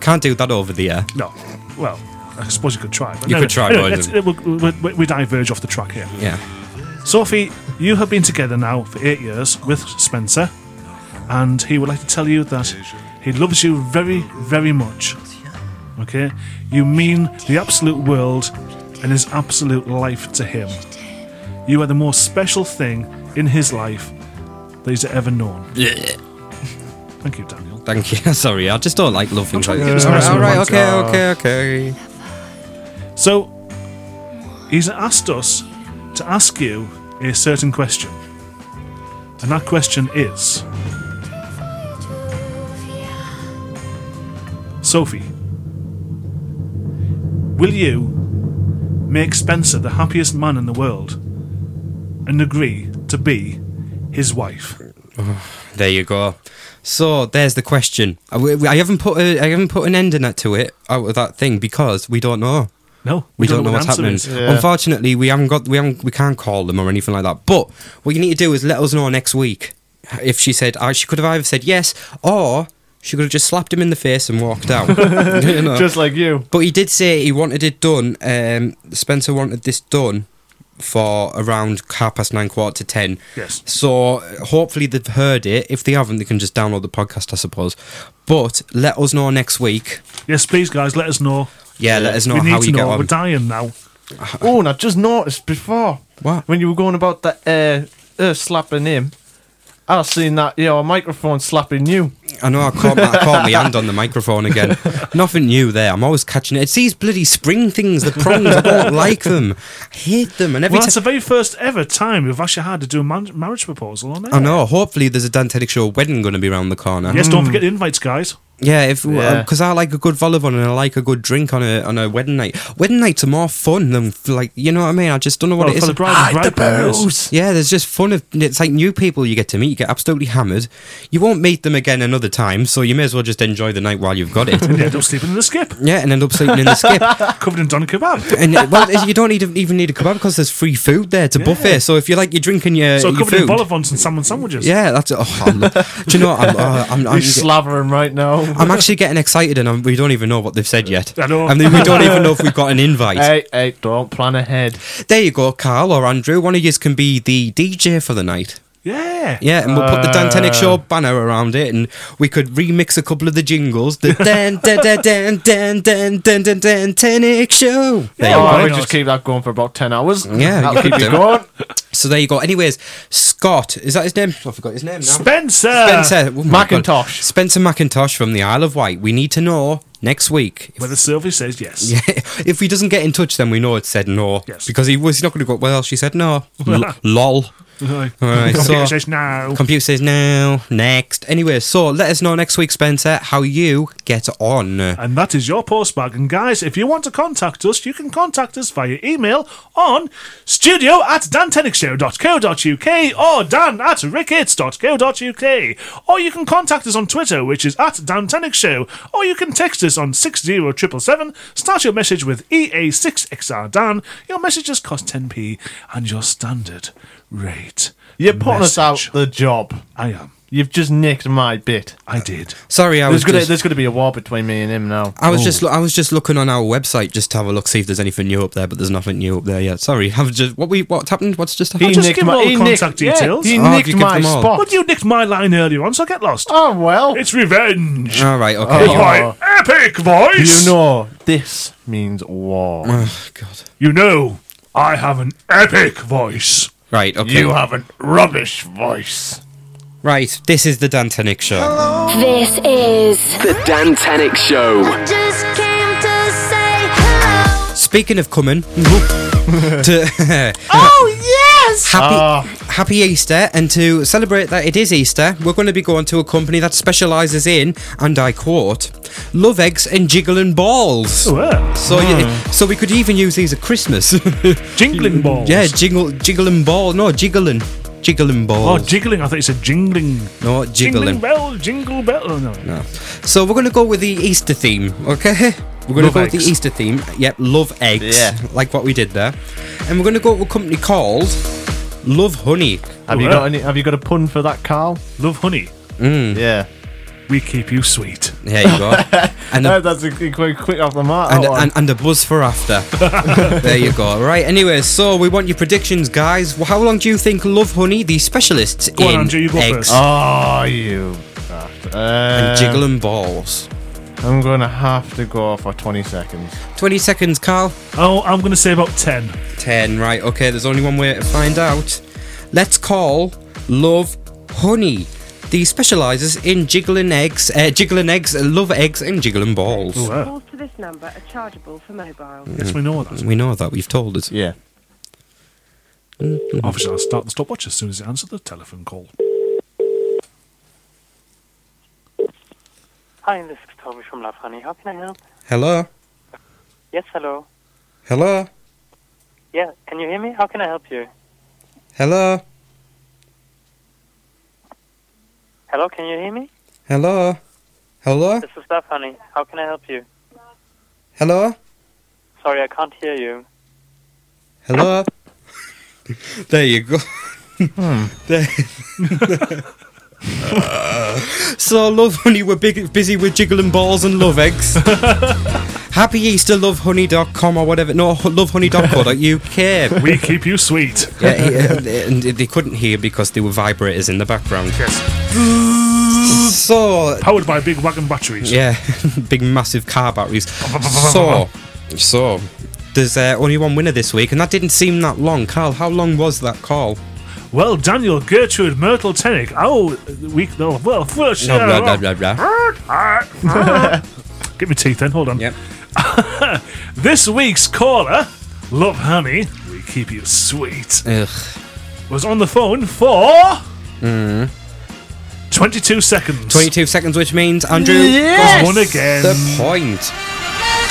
D: Can't do that over the air.
E: No. Well, I suppose you could try. But
D: You
E: anyway-
D: could try,
E: anyway,
D: but-
E: let's- we, we, we diverge off the track here.
D: Yeah.
E: Sophie, you have been together now for eight years with Spencer, and he would like to tell you that he loves you very, very much. Okay? You mean the absolute world and his absolute life to him. You are the most special thing in his life that he's ever known. Thank you, Daniel.
D: Thank you. (laughs) Sorry, I just don't like love things like
E: trying to get
D: this.
E: the
D: All right,
E: rest of
D: all
E: the
D: right,
E: ones.
D: okay, okay,
E: Ah.
D: okay.
E: So, he's asked us to ask you a certain question. And that question is Sophie, will you make Spencer the happiest man in the world and agree to be his wife?
D: There you go. So there's the question. I, we- I haven't put a, I haven't put an ending that- to it out of that thing because we don't know.
E: No,
D: We, don't, know what's
E: what the
D: happening.
E: answer is.
D: Unfortunately, we haven't got we haven't, we can't call them or anything like that. But what you need to do is let us know next week if she said uh, she could have either said yes or she could have just slapped him in the face and walked
E: (laughs)
D: out. You know?
F: Just like you.
D: But he did say he wanted it done. Um, Spencer wanted this done for around half past nine, quarter to ten.
E: Yes.
D: So uh, hopefully they've heard it. If they haven't, they can just download the podcast, I suppose. But let us know next week.
E: Yes, please, guys, let us know.
D: Yeah, let us know
E: we need
D: how
E: to
D: you
E: know.
D: get
E: We're
D: on.
E: dying now.
F: Oh, and I just noticed before when you were going about that uh, uh, slapping him, I seen that your microphone slapping you.
D: I know I caught, my, I caught my hand on the microphone
E: (laughs)
D: again. Nothing new there. I'm always catching it. It's these bloody spring things, the prongs. I don't like them. I hate them. And every
E: well,
D: ti-
E: that's the very first ever time we've actually had to do a man- marriage proposal on it.
D: I know. Hopefully, there's a Dan Teddick Show wedding going to be around the corner.
E: Yes, don't forget the invites, guys.
D: Yeah, if
E: Yeah.
D: because I like a good volleyball and I like a good drink on a on a wedding night. Wedding nights are more fun than f- like you know what I mean. I just don't know what
E: Well,
D: it is.
E: for the bride and Ah, the bridegroom, yes. booze.
D: Yeah, there's just fun. Of, it's like new people you get to meet. You get absolutely hammered. You won't meet them again another time, so you may as well just enjoy the night while you've got it.
E: (laughs) And you end up sleeping in
D: (laughs)
E: the skip.
D: yeah, and end up sleeping in the skip.
E: Covered in doner kebab.
D: And uh, well, you don't need, even need a kebab because there's free food there. It's a buffet. So if you like, you're drinking your,
E: so
D: your
E: covered in
D: food.
E: bolivons and salmon sandwiches.
D: Yeah, that's. Oh, I'm, do you know? what? I'm, uh, I'm,
F: You're
D: I'm,
F: slavering right now.
D: I'm actually getting excited, and I'm, we don't even know what they've said yet.
F: I know.
D: And then we don't even know
F: (laughs)
D: if we've got an invite.
F: Hey, hey, don't plan ahead.
D: there you go, Carl or Andrew. One of you can be the DJ for the night.
E: Yeah.
D: Yeah, and we'll put the Dan Tenick
F: Uh.
D: Show banner around it, and we could remix a couple of the jingles. The Dan Dan Dan Dan Dan Dan Dan Dan Dan Tenick Show. There
F: oh,
D: you
F: we
D: go.
F: just keep that going for about 10 hours.
D: Yeah,
F: That'll
D: you
F: keep
D: could
F: it
D: do it.
F: going.
D: So there you go. Anyways, Scott is that his name? I forgot his name now.
E: Spencer.
D: Spencer oh my God.
F: McIntosh.
D: Spencer McIntosh from the Isle of Wight. We need to know next week. (laughs)
E: Whether Sylvie says (laughs) yes.
D: Yeah, if he doesn't get in touch, then we know it said no.
E: Yes.
D: Because he was he's not going to go. Well, she said no. (laughs) L- lol.
E: Right.
D: All right, so-
E: Computer says no.
D: Computer says no. Next. Anyway, so let us know next week, Spencer, how you get on.
E: and that is your postbag. And guys, if you want to contact us, you can contact us via email on studio at dantenickshow.co.uk or dan at rickits.co.uk. Or you can contact us on Twitter, which is at dantenickshow. Or you can text us on 60777. Start your message with E EA6XRDan. Your messages cost 10p and your standard rate.
F: You're putting us
E: message.
F: out the job.
E: I am.
F: You've just nicked my bit.
E: I did.
D: Sorry, I
F: there's
D: was
F: gonna,
D: just-
F: There's going to be a war between me and him now.
D: I was just lo- I was just looking on our website just to have a look, see if there's anything new up there, but there's nothing new up there yet. Sorry, have just what we what happened? What's just happened?
E: I'll just give all the contact details.
D: Oh, have you give them all?
E: But you nicked my line earlier on, so get lost.
F: Oh, well.
E: It's revenge.
D: All Oh, right, okay.
E: It's my epic voice.
F: You know, this means war.
E: You know, I have an epic voice.
D: Right, okay.
F: You have a rubbish voice.
D: Right, this is the Dan Tenick Show.
A: This is
G: The Dan Tenick Show.
I: Just came to say
D: Speaking of coming,
E: Mm-hmm. (laughs)
D: to,
I: Oh yes!
D: Happy,
E: Ah.
D: happy Easter, and to celebrate that it is Easter, we're going to be going to a company that specialises in, and I quote, love eggs and jiggling balls.
E: Oh, yeah.
D: So, you- so we could even use these at Christmas.
E: Jingling Hmm.
D: (laughs)
E: balls.
D: yeah, jingle, jiggling ball. No, jiggling, jiggling
E: Oh,
D: balls.
E: jiggling. I thought you said jingling.
D: no,
E: Jingling
D: jiggling.
E: bell, jingle bell. Oh, no.
D: No. So we're going to go with the Easter theme, okay? We're going to
E: Love
D: go with
E: eggs.
D: the Easter theme. Yep, love eggs.
F: Yeah.
D: Like what we did there. And we're going to go to a company called Love Honey.
F: Have you
E: Well.
F: got any? Have you got a pun for that, Carl?
E: Love honey.
D: Hmm.
F: Yeah.
E: We keep you sweet.
D: There you
E: (laughs)
D: go. And the-
F: Oh, that's a quick, quick, quick off the mark. Oh,
D: and,
F: that one.
D: and, and a buzz for
E: (laughs)
D: after. there you go. Right. Anyway, so we want your predictions, guys. Well, How long do you think Love Honey, the specialists
E: Go on,
D: in
E: Andrew, you go
D: eggs Uh,
E: first.
F: oh, you. bastard.
D: and
F: Um,
D: jiggling balls?
F: I'm going to have to go for 20 seconds.
D: Twenty seconds, Carl.
E: Oh, I'm going to say about 10.
D: Ten. Right. Okay. There's only one way to find out. Let's call Love Honey. The specialises in jiggling eggs, uh, jiggling eggs, uh, love eggs, and jiggling balls.
E: Oh, wow.
M: Calls to this number are chargeable for mobile.
E: Yes, we know that.
D: We know that. We've told us.
F: Yeah.
E: Obviously, I'll start the stopwatch as soon as I answer the telephone call.
N: Hi, this is Toby from Love Honey. How can I help?
D: Hello.
N: Yes, hello.
D: Hello.
N: Yeah, can you hear me? How can I help you?
D: Hello.
N: Hello, can you hear me?
D: Hello. Hello.
N: This is Love Honey. How can I help you?
D: Hello.
N: Sorry, I can't hear you.
D: Hello. (laughs) there you go.
E: Hmm.
D: (laughs) There-
E: (laughs)
D: so, love honey, we're big, busy with jiggling balls and love eggs. Happy Easter, lovehoney.com or whatever. No, h-
E: (laughs)
D: lovehoney.co.uk.
E: We keep you sweet.
D: Yeah, he- uh, and they couldn't hear because there were vibrators in the background.
E: Yes.
D: So
E: powered by big wagon batteries.
D: Yeah, (laughs) big massive car
E: (laughs)
D: batteries. so, so there's uh, only one winner this week, and that didn't seem that long. Carl, how long was that call?
E: Well, Daniel, Gertrude, Myrtle, Tennick. Oh, we no. Well, first.
D: No,
E: yeah,
D: blah, blah,
E: well.
D: blah, blah.
E: (laughs) Get me teeth then. Hold on.
D: Yep.
E: this week's caller, Love Honey, we keep you sweet,
D: Ugh.
E: was on the phone for
D: Mm.
E: 22 seconds.
D: 22 seconds, which means Andrew
E: Yes!
D: has
E: Won again.
D: The point.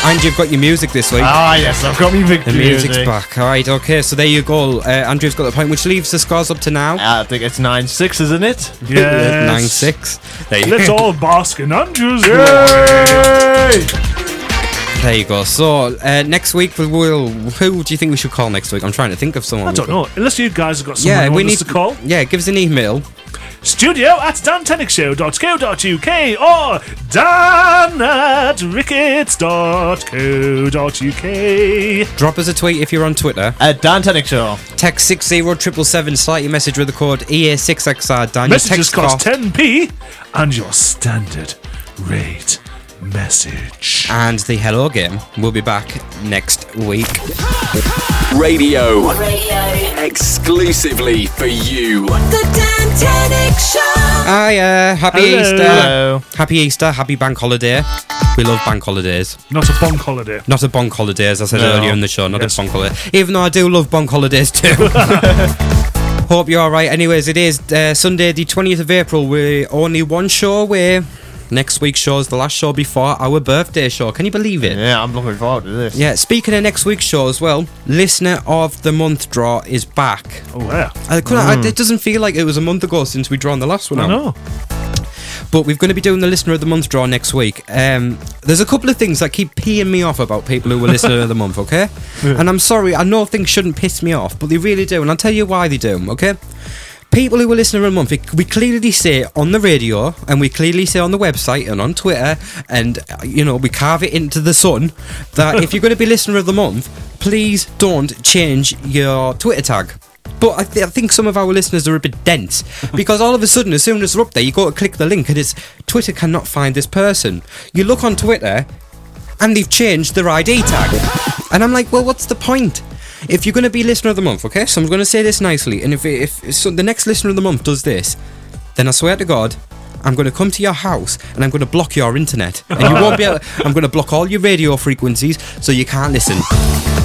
D: And you've got your music this week.
F: Ah, yes, I've got my big
D: The music's
F: music.
D: back. All right, okay, so there you go. Uh, Andrew's got the point, which leaves the scores up to now.
F: I think it's 9 6, isn't it?
E: Yes.
D: 9 6. There you (laughs)
E: Let's
D: go.
E: all bask in Andrew's
D: There you go. So uh, next week we will. Who do you think we should call next week? I'm trying to think of someone.
E: I don't know. Unless you guys have got someone
D: Yeah,
E: who
D: we
E: wants
D: need
E: us to call.
D: Yeah, give us an email.
E: Studio at dantenicshow.co.uk or dan at rickets.co.uk.
D: Drop us a tweet if you're on Twitter.
F: At Dan Tenick Show.
D: Text six zero triple seven. Start your message with E the code EA6XR. Dan. Your
E: Messages
D: text
E: cost
D: off
E: 10p and your standard rate message.
D: and the hello game. We'll be back next week.
G: Radio. Exclusively for you.
I: The Dan Tenick Show.
D: Hi, uh, happy
E: Hello.
D: Easter.
E: Hello.
D: Happy Easter. Happy bank holiday. We love bank holidays.
E: Not a bonk holiday.
D: Not a bonk holiday, as I said
E: No.
D: earlier in the show, not
E: Yes.
D: a bonk holiday. Even though I do love bonk holidays
E: (laughs)
D: too. Hope you're alright. Anyways, it is uh, Sunday, the 20th of April. We're only one show away. Next week's show is the last show before our birthday show. Can you believe it?
F: Yeah, I'm looking forward to this.
D: Yeah, speaking of next week's show as well, listener of the month draw is back.
E: Oh, yeah.
D: I couldn't, I-
E: Mm.
D: it doesn't feel like it was a month ago since we drawn the last one
E: I
D: out.
E: know.
D: But we're going to be doing the listener of the month draw next week. Um, there's a couple of things that keep peeing me off about people who were listener of the month,
E: (laughs)
D: okay? And I'm sorry, I know things shouldn't piss me off, but they really do, and I'll tell you why they do, okay? People who were listener of the month, it- we clearly say it on the radio, and we clearly say on the website and on Twitter, and uh, you know we carve it into the sun that if you're going to be listener of the month, please don't change your Twitter tag. But I, th- I think some of our listeners are a bit dense because all of a sudden, as soon as they're up there, you go to click the link and it's Twitter cannot find this person. You look on Twitter and they've changed their ID tag. And I'm like, well, what's the point? If you're going to be listener of the month, okay? So I'm going to say this nicely. And if, if so the next listener of the month does this, then I swear to God, I'm going to come to your house and I'm going to block your internet. And you won't be able, I'm going to block all your radio frequencies so you can't listen.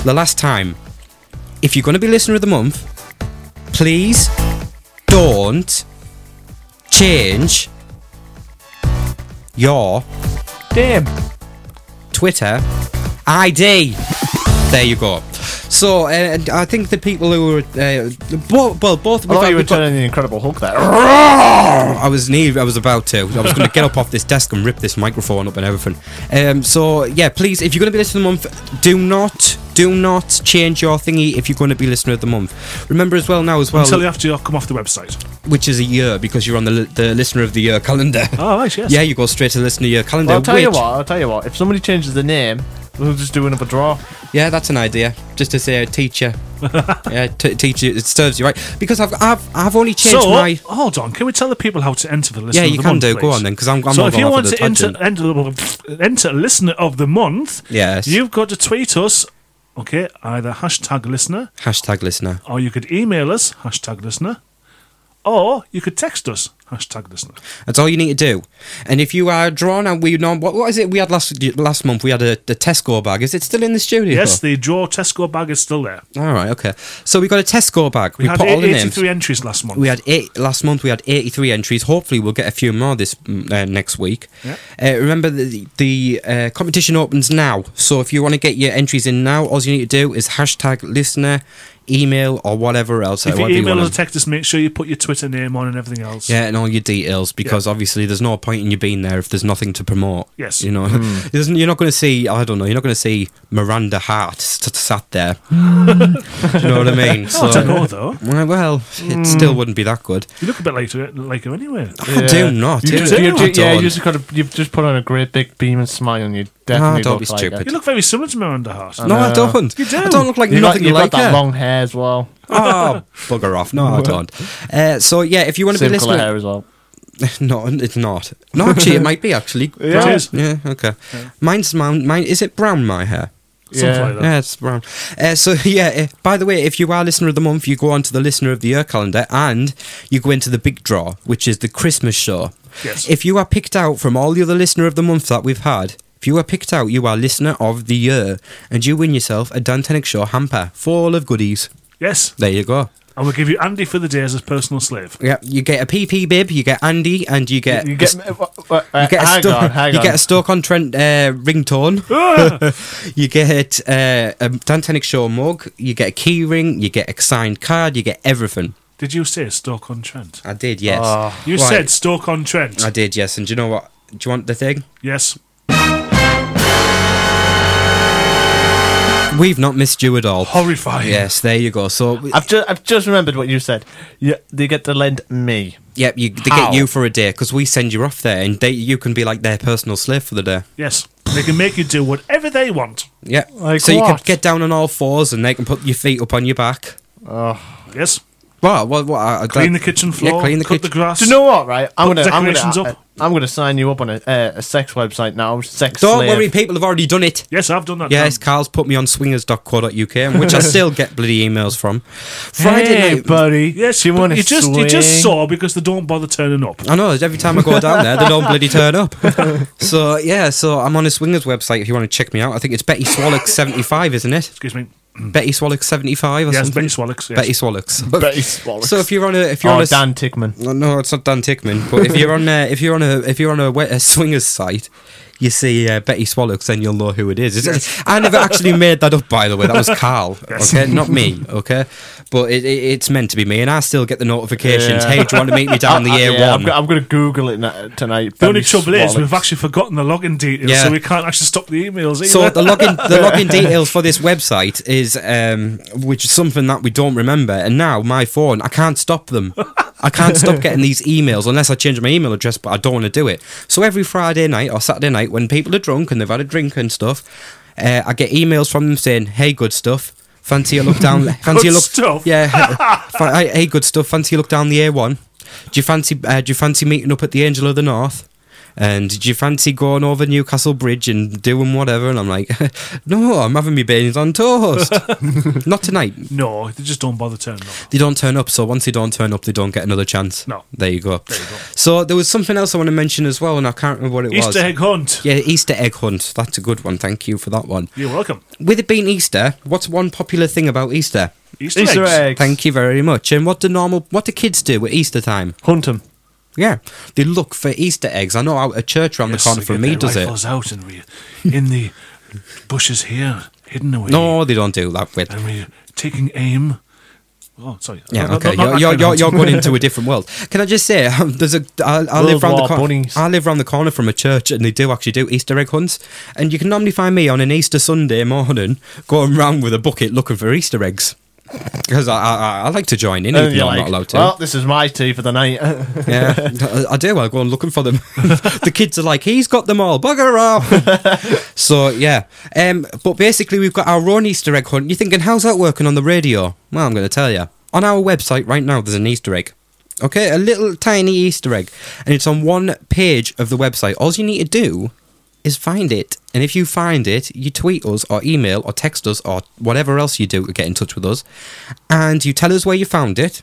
D: The last time, if you're going to be listener of the month, please don't change your damn Twitter ID. There you go. So uh, I think the people who were uh, bo- well, both.
F: I thought you were
D: we've got- Oh,
F: turning the Incredible Hulk there.
D: I was near. I was about to. I was going to get up off this desk and rip this microphone up and everything. Um, so yeah, please, if you're going to be listener of the month, do not, do not change your thingy. If you're going to be listener of the month, remember as well now as well
E: Until after you come off the website.
D: which is a year because you're on the, li- the listener of the year calendar.
E: Oh, right, yes.
D: Yeah, you go straight to the listener of the year calendar.
F: Well, I'll tell you
D: which-
F: what, I'll tell you what. If somebody changes the name, we'll just do another draw.
D: Yeah, that's an idea. Just to say, a
E: (laughs)
D: teacher. yeah, t- teacher. It serves you right because I've I've, I've only changed
E: so,
D: my.
E: hold on. Can we tell the people how to enter the listener
D: Yeah,
E: of
D: you
E: the
D: can
E: month?
D: do. Go
E: please?
D: on then, 'cause I'm- I'm
E: So,
D: not
E: if
D: going
E: you
D: off
E: want
D: on a
E: to enter, enter, enter listener of the month,
D: Yes.
E: you've got to tweet us, okay, either hashtag listener,
D: Hashtag listener.
E: or you could email us, hashtag listener, or you could text us, hashtag listener.
D: That's all you need to do. And if you are drawn and we know what, what is it we had last last month? We had a, a Tesco bag. Is it still in the studio?
E: Yes, the draw Tesco bag is still there.
D: All right. Okay. So we got a Tesco bag.
E: We,
D: We,
E: had
D: put all the names.
E: 83 entries last month.
D: We had eight last month. We had eighty-three entries. Hopefully, we'll get a few more this mm, uh, next week.
E: Yeah.
D: Uh, remember, the, the uh, competition opens now. So if you want to get your entries in now, all you need to do is hashtag listener email or whatever else.
E: If you
D: however
E: email
D: wanna-
E: us or text us, make sure you put your Twitter name on and everything else.
D: yeah, and all your details because obviously there's no point in you being there if there's nothing to promote.
E: Yes.
D: you know, (laughs) There's- you're not going to see. I don't know. You're not going to see Miranda Hart st- sat there. Do you know what I
E: (laughs)
D: mean?
E: Oh, I don't know, though.
D: Well, well, it
E: Mm.
D: still wouldn't be that good.
E: You look a bit like her, like her anyway.
D: I do not.
F: You
D: I
F: just,
D: do
F: you
D: not.
F: ju- yeah,
D: Don't.
F: you just got to, you've just put on a great big beam and smile, and you
D: Ah,
F: definitely
D: don't
F: look
D: be
F: like
D: stupid.
F: it.
E: You look very similar to Miranda Hart.
D: No, I don't.
E: You do.
D: I don't look like
F: you
D: nothing
F: got, you
D: like
F: got that
D: her.
F: long hair as well.
D: Oh, bugger off.
F: (laughs)
D: No, I don't. Uh, so, yeah, if you want to be
F: Same colour
D: listening.
F: hair as well.
D: (laughs) No, it's not. No, actually, it might be, actually.
F: Yeah. (laughs) It is.
D: Yeah, okay. Mine's mine, mine. Is it brown, my hair?
F: Something Yeah. like that.
D: yeah, it's brown. Uh, so, (laughs) yeah, eh, by the way, if you are listener of the month, you go on to the listener of the year calendar and you go into the big draw, which is the Christmas show.
E: Yes.
D: If you are picked out from all the other listener of the month that we've had, if you are picked out, you are listener of the year and you win yourself a Dan Tenick Show hamper full of goodies.
E: Yes.
D: There you go.
E: And we'll give you Andy for the day as his personal slave.
D: Yeah, you get a PP bib, you get Andy, and you get
E: You get-
D: a,
E: uh,
D: st- you get a
F: hang
D: sto-
F: on, hang
D: you get
F: on.
D: a Stoke on Trent uh,
E: (laughs) Ah!
D: ringtone, (laughs) you get uh, a Dantenic Show mug, you get a key ring, you get a signed card, you get everything.
E: Did you say Stoke on Trent?
D: I did, yes.
E: Ah. you
D: Right.
E: said Stoke on Trent.
D: I did, yes. And do you know what? Do you want the thing?
E: yes.
D: We've not missed you at all.
E: Horrifying.
D: Yes, there you go. So
F: I've just, I've just remembered what you said. Yeah, they get to lend me.
D: Yep, you, they
F: How?
D: get you for a day because we send you off there, and they, you can be like their personal slave for the day.
E: Yes. They can make you do whatever they want.
D: Yeah.
E: Like
D: so you
E: what?
D: can get down on all fours and they can put your feet up on your back.
F: Oh.
E: Yes.
D: Well, what, what, I, I-
E: Clean the kitchen floor.
D: Yeah, clean the
E: cut
D: kitchen.
E: the grass.
F: Do you know what? Right, I'm
E: Put
F: gonna, uh, I'm
E: decorations
F: gonna,
E: up.
F: I, am gonna sign you up on a, uh, a sex website now. Sex.
D: Don't
F: slave.
D: worry, people have already done it.
E: Yes, I've done that.
D: Yes, Carl's put me on swingers.co.uk, which I still get bloody emails from. Friday
F: Hey,
D: night.
F: buddy.
E: Yes,
F: you
E: but
F: want to
E: you just you just
F: swing?
E: saw because they don't bother turning up.
D: I know, every time I go down there, they don't bloody turn
E: (laughs)
D: up. So, yeah, so I'm on a swingers website if you want to check me out. I think it's Betty Swallock75, isn't it?
E: Excuse me.
D: Betty Swallock75 or
E: Mm. Yes,
D: something?
E: Betty Swallocks. Yes.
D: Betty Swallocks.
F: Betty Swallocks.
D: So if you're on a if you're
F: Oh,
D: on a, s-
F: Dan Tickman.
D: No, no, it's not Dan Tickman. But if you're on a, if you're on a if you're on a, we- a swingers site, you see uh, Betty Swallocks, then you'll know who it is. It's, I never actually made that up, by the way. That was
F: (laughs)
D: Carl.
E: Yes.
D: Okay, not me. Okay, but it, it, it's meant to be me, and I still get the notifications.
F: Yeah.
D: Hey, do you want to meet me
F: (laughs)
D: down the
F: I- I-
D: year
F: Uh, yeah,
D: one?
F: I'm, go- I'm gonna Google it na- tonight.
E: The only
F: Betty
E: trouble is we've
F: Swallocks.
E: actually forgotten the login details,
D: Yeah.
E: so we can't actually stop the emails either.
D: So the login the login details for this website is um, which is something that we don't remember, and now my phone I can't stop them. I can't stop getting these emails unless I change my email address, but I don't want to do it. So every Friday night or Saturday night, when people are drunk and they've had a drink and stuff, uh, I get emails from them saying, "Hey, good stuff." Fancy a look down. Fancy a
E: Good
D: look.
E: stuff.
D: Yeah.
E: (laughs)
D: (laughs) fa- hey, hey, good stuff. Fancy a look down the A1. Do you fancy? Uh, do you fancy meeting up at the Angel of the North? And do you fancy going over Newcastle Bridge and doing whatever? And I'm like, (laughs) no, I'm having me beans on
E: (laughs)
D: toast. Not tonight.
E: no, they just don't bother turning up.
D: They don't turn up. So once they don't turn up, they don't get another chance.
E: No.
D: There you go. So there was something else I want to mention as well, and I can't remember what it was.
E: Easter egg hunt.
D: Yeah, Easter egg hunt. That's a good one. Thank you for that one.
E: You're welcome.
D: With it being Easter, what's one popular thing about Easter?
E: Easter,
F: Easter
E: eggs.
F: eggs.
D: Thank you very much. And what do normal what do kids do at Easter time?
F: Hunt 'em.
D: Yeah, they look for Easter eggs. I know out at church around
E: Yes,
D: the corner
E: they
D: from
E: get
D: me
E: their
D: does it.
E: rifles out and we in the bushes here, hidden away.
D: No, they don't do that with.
E: and we're taking aim. Oh, sorry.
D: Yeah,
E: No, no,
D: okay.
E: no,
D: You're,
E: not
D: you're,
E: that
D: you're,
E: kind of
D: you're
E: hunt.
D: going into a different world. Can I just say, (laughs) um, there's a I, I
F: World
D: live round the
F: War
D: corner.
F: bunnies.
D: I live round the corner from a church, and they do actually do Easter egg hunts. And you can normally find me on an Easter Sunday morning going round with a bucket looking for Easter eggs because I, I I- I like to join in,
E: Oh,
F: And
D: even
F: you're
D: though I'm
F: like,
D: not allowed to.
F: Well, this is my tea for the night. (laughs)
D: (laughs) yeah, I I do. I go on looking for them. (laughs) the kids are like, he's got them all. Bugger off. so yeah, um, but basically we've got our own Easter egg hunt. You're thinking, how's that working on the radio? Well, I'm going to tell you. On our website right now, there's an Easter egg. Okay, a little tiny Easter egg, and it's on one page of the website. All you need to do is find it, and if you find it, you tweet us or email or text us or whatever else you do to get in touch with us, and you tell us where you found it.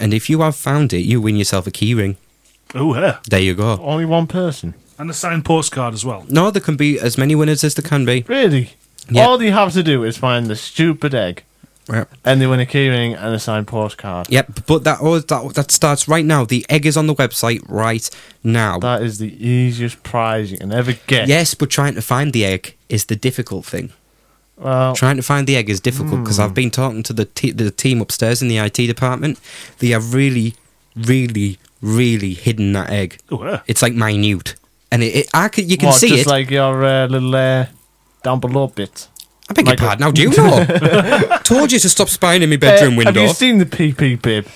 D: And if you have found it, you win yourself a keyring.
E: Oh, yeah.
D: There you go.
F: Only one person.
E: And a signed postcard as well.
D: No, there can be as many winners as there can be.
F: Really?
D: Yeah.
F: All they have to do is find the stupid egg,
D: Yep.
F: and they win a keyring and a signed postcard.
D: Yep, but that oh, that that starts right now. The egg is on the website right now.
F: That is the easiest prize you can ever get.
D: Yes, but trying to find the egg is the difficult thing.
F: Well,
D: Trying to find the egg is difficult because I've been talking to the te- the team upstairs in the IT department. They have really, really, really hidden that egg.
E: Where?
D: It's like minute, and it, it I could, you can
F: what,
D: see
F: just
D: it.
F: like your uh, little uh, down below bit.
D: I beg your
F: Like a-
D: pardon. Now do you
F: (laughs)
D: know? Told you to stop spying in my bedroom
F: Uh,
D: window.
F: Have you seen the PP bib?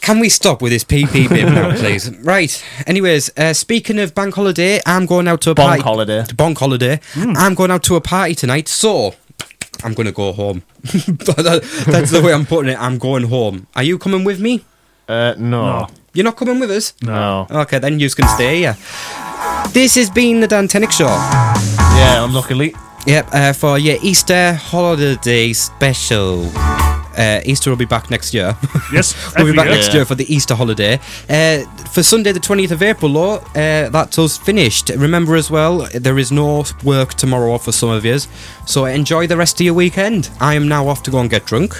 D: Can we stop with this PP bib
F: (laughs)
D: now, please? Right. Anyways, uh, speaking of bank holiday, I'm going out to a
F: Bonk
D: party.
F: holiday. Hmm.
D: To bonk holiday. I'm going out to a party tonight, so I'm going to go home. (laughs) That- that's the way I'm putting it. I'm going home. Are you coming with me?
F: Uh,
E: Oh,
F: no.
D: You're not coming with us?
F: No.
D: Okay, then you can stay here. This has been the Dan Tenick Show.
F: Yeah, unluckily.
D: Yep, uh, for your Easter holiday special. Uh, Easter will be back next year. (laughs)
E: Yes,
D: we'll
E: every
D: be back
E: year.
D: next year for the Easter holiday. Uh, for Sunday, the 20th of April, though, uh, that's us finished. Remember as well, there is no work tomorrow for some of yous, so enjoy the rest of your weekend. I am now off to go and get drunk.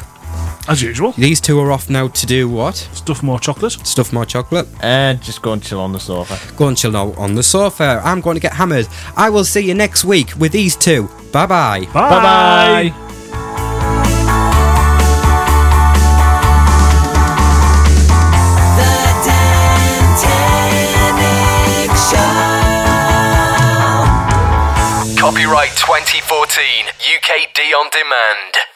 E: As usual.
D: These two are off now to do what?
E: Stuff more chocolate.
D: Stuff more chocolate.
F: And Uh, just go and chill on the sofa.
D: Go and chill out on the sofa. I'm going to get hammered. I will see you next week with these two. Bye bye.
F: Bye-bye.
I: The Dantanic Show.
G: Copyright 2014, UK D on demand.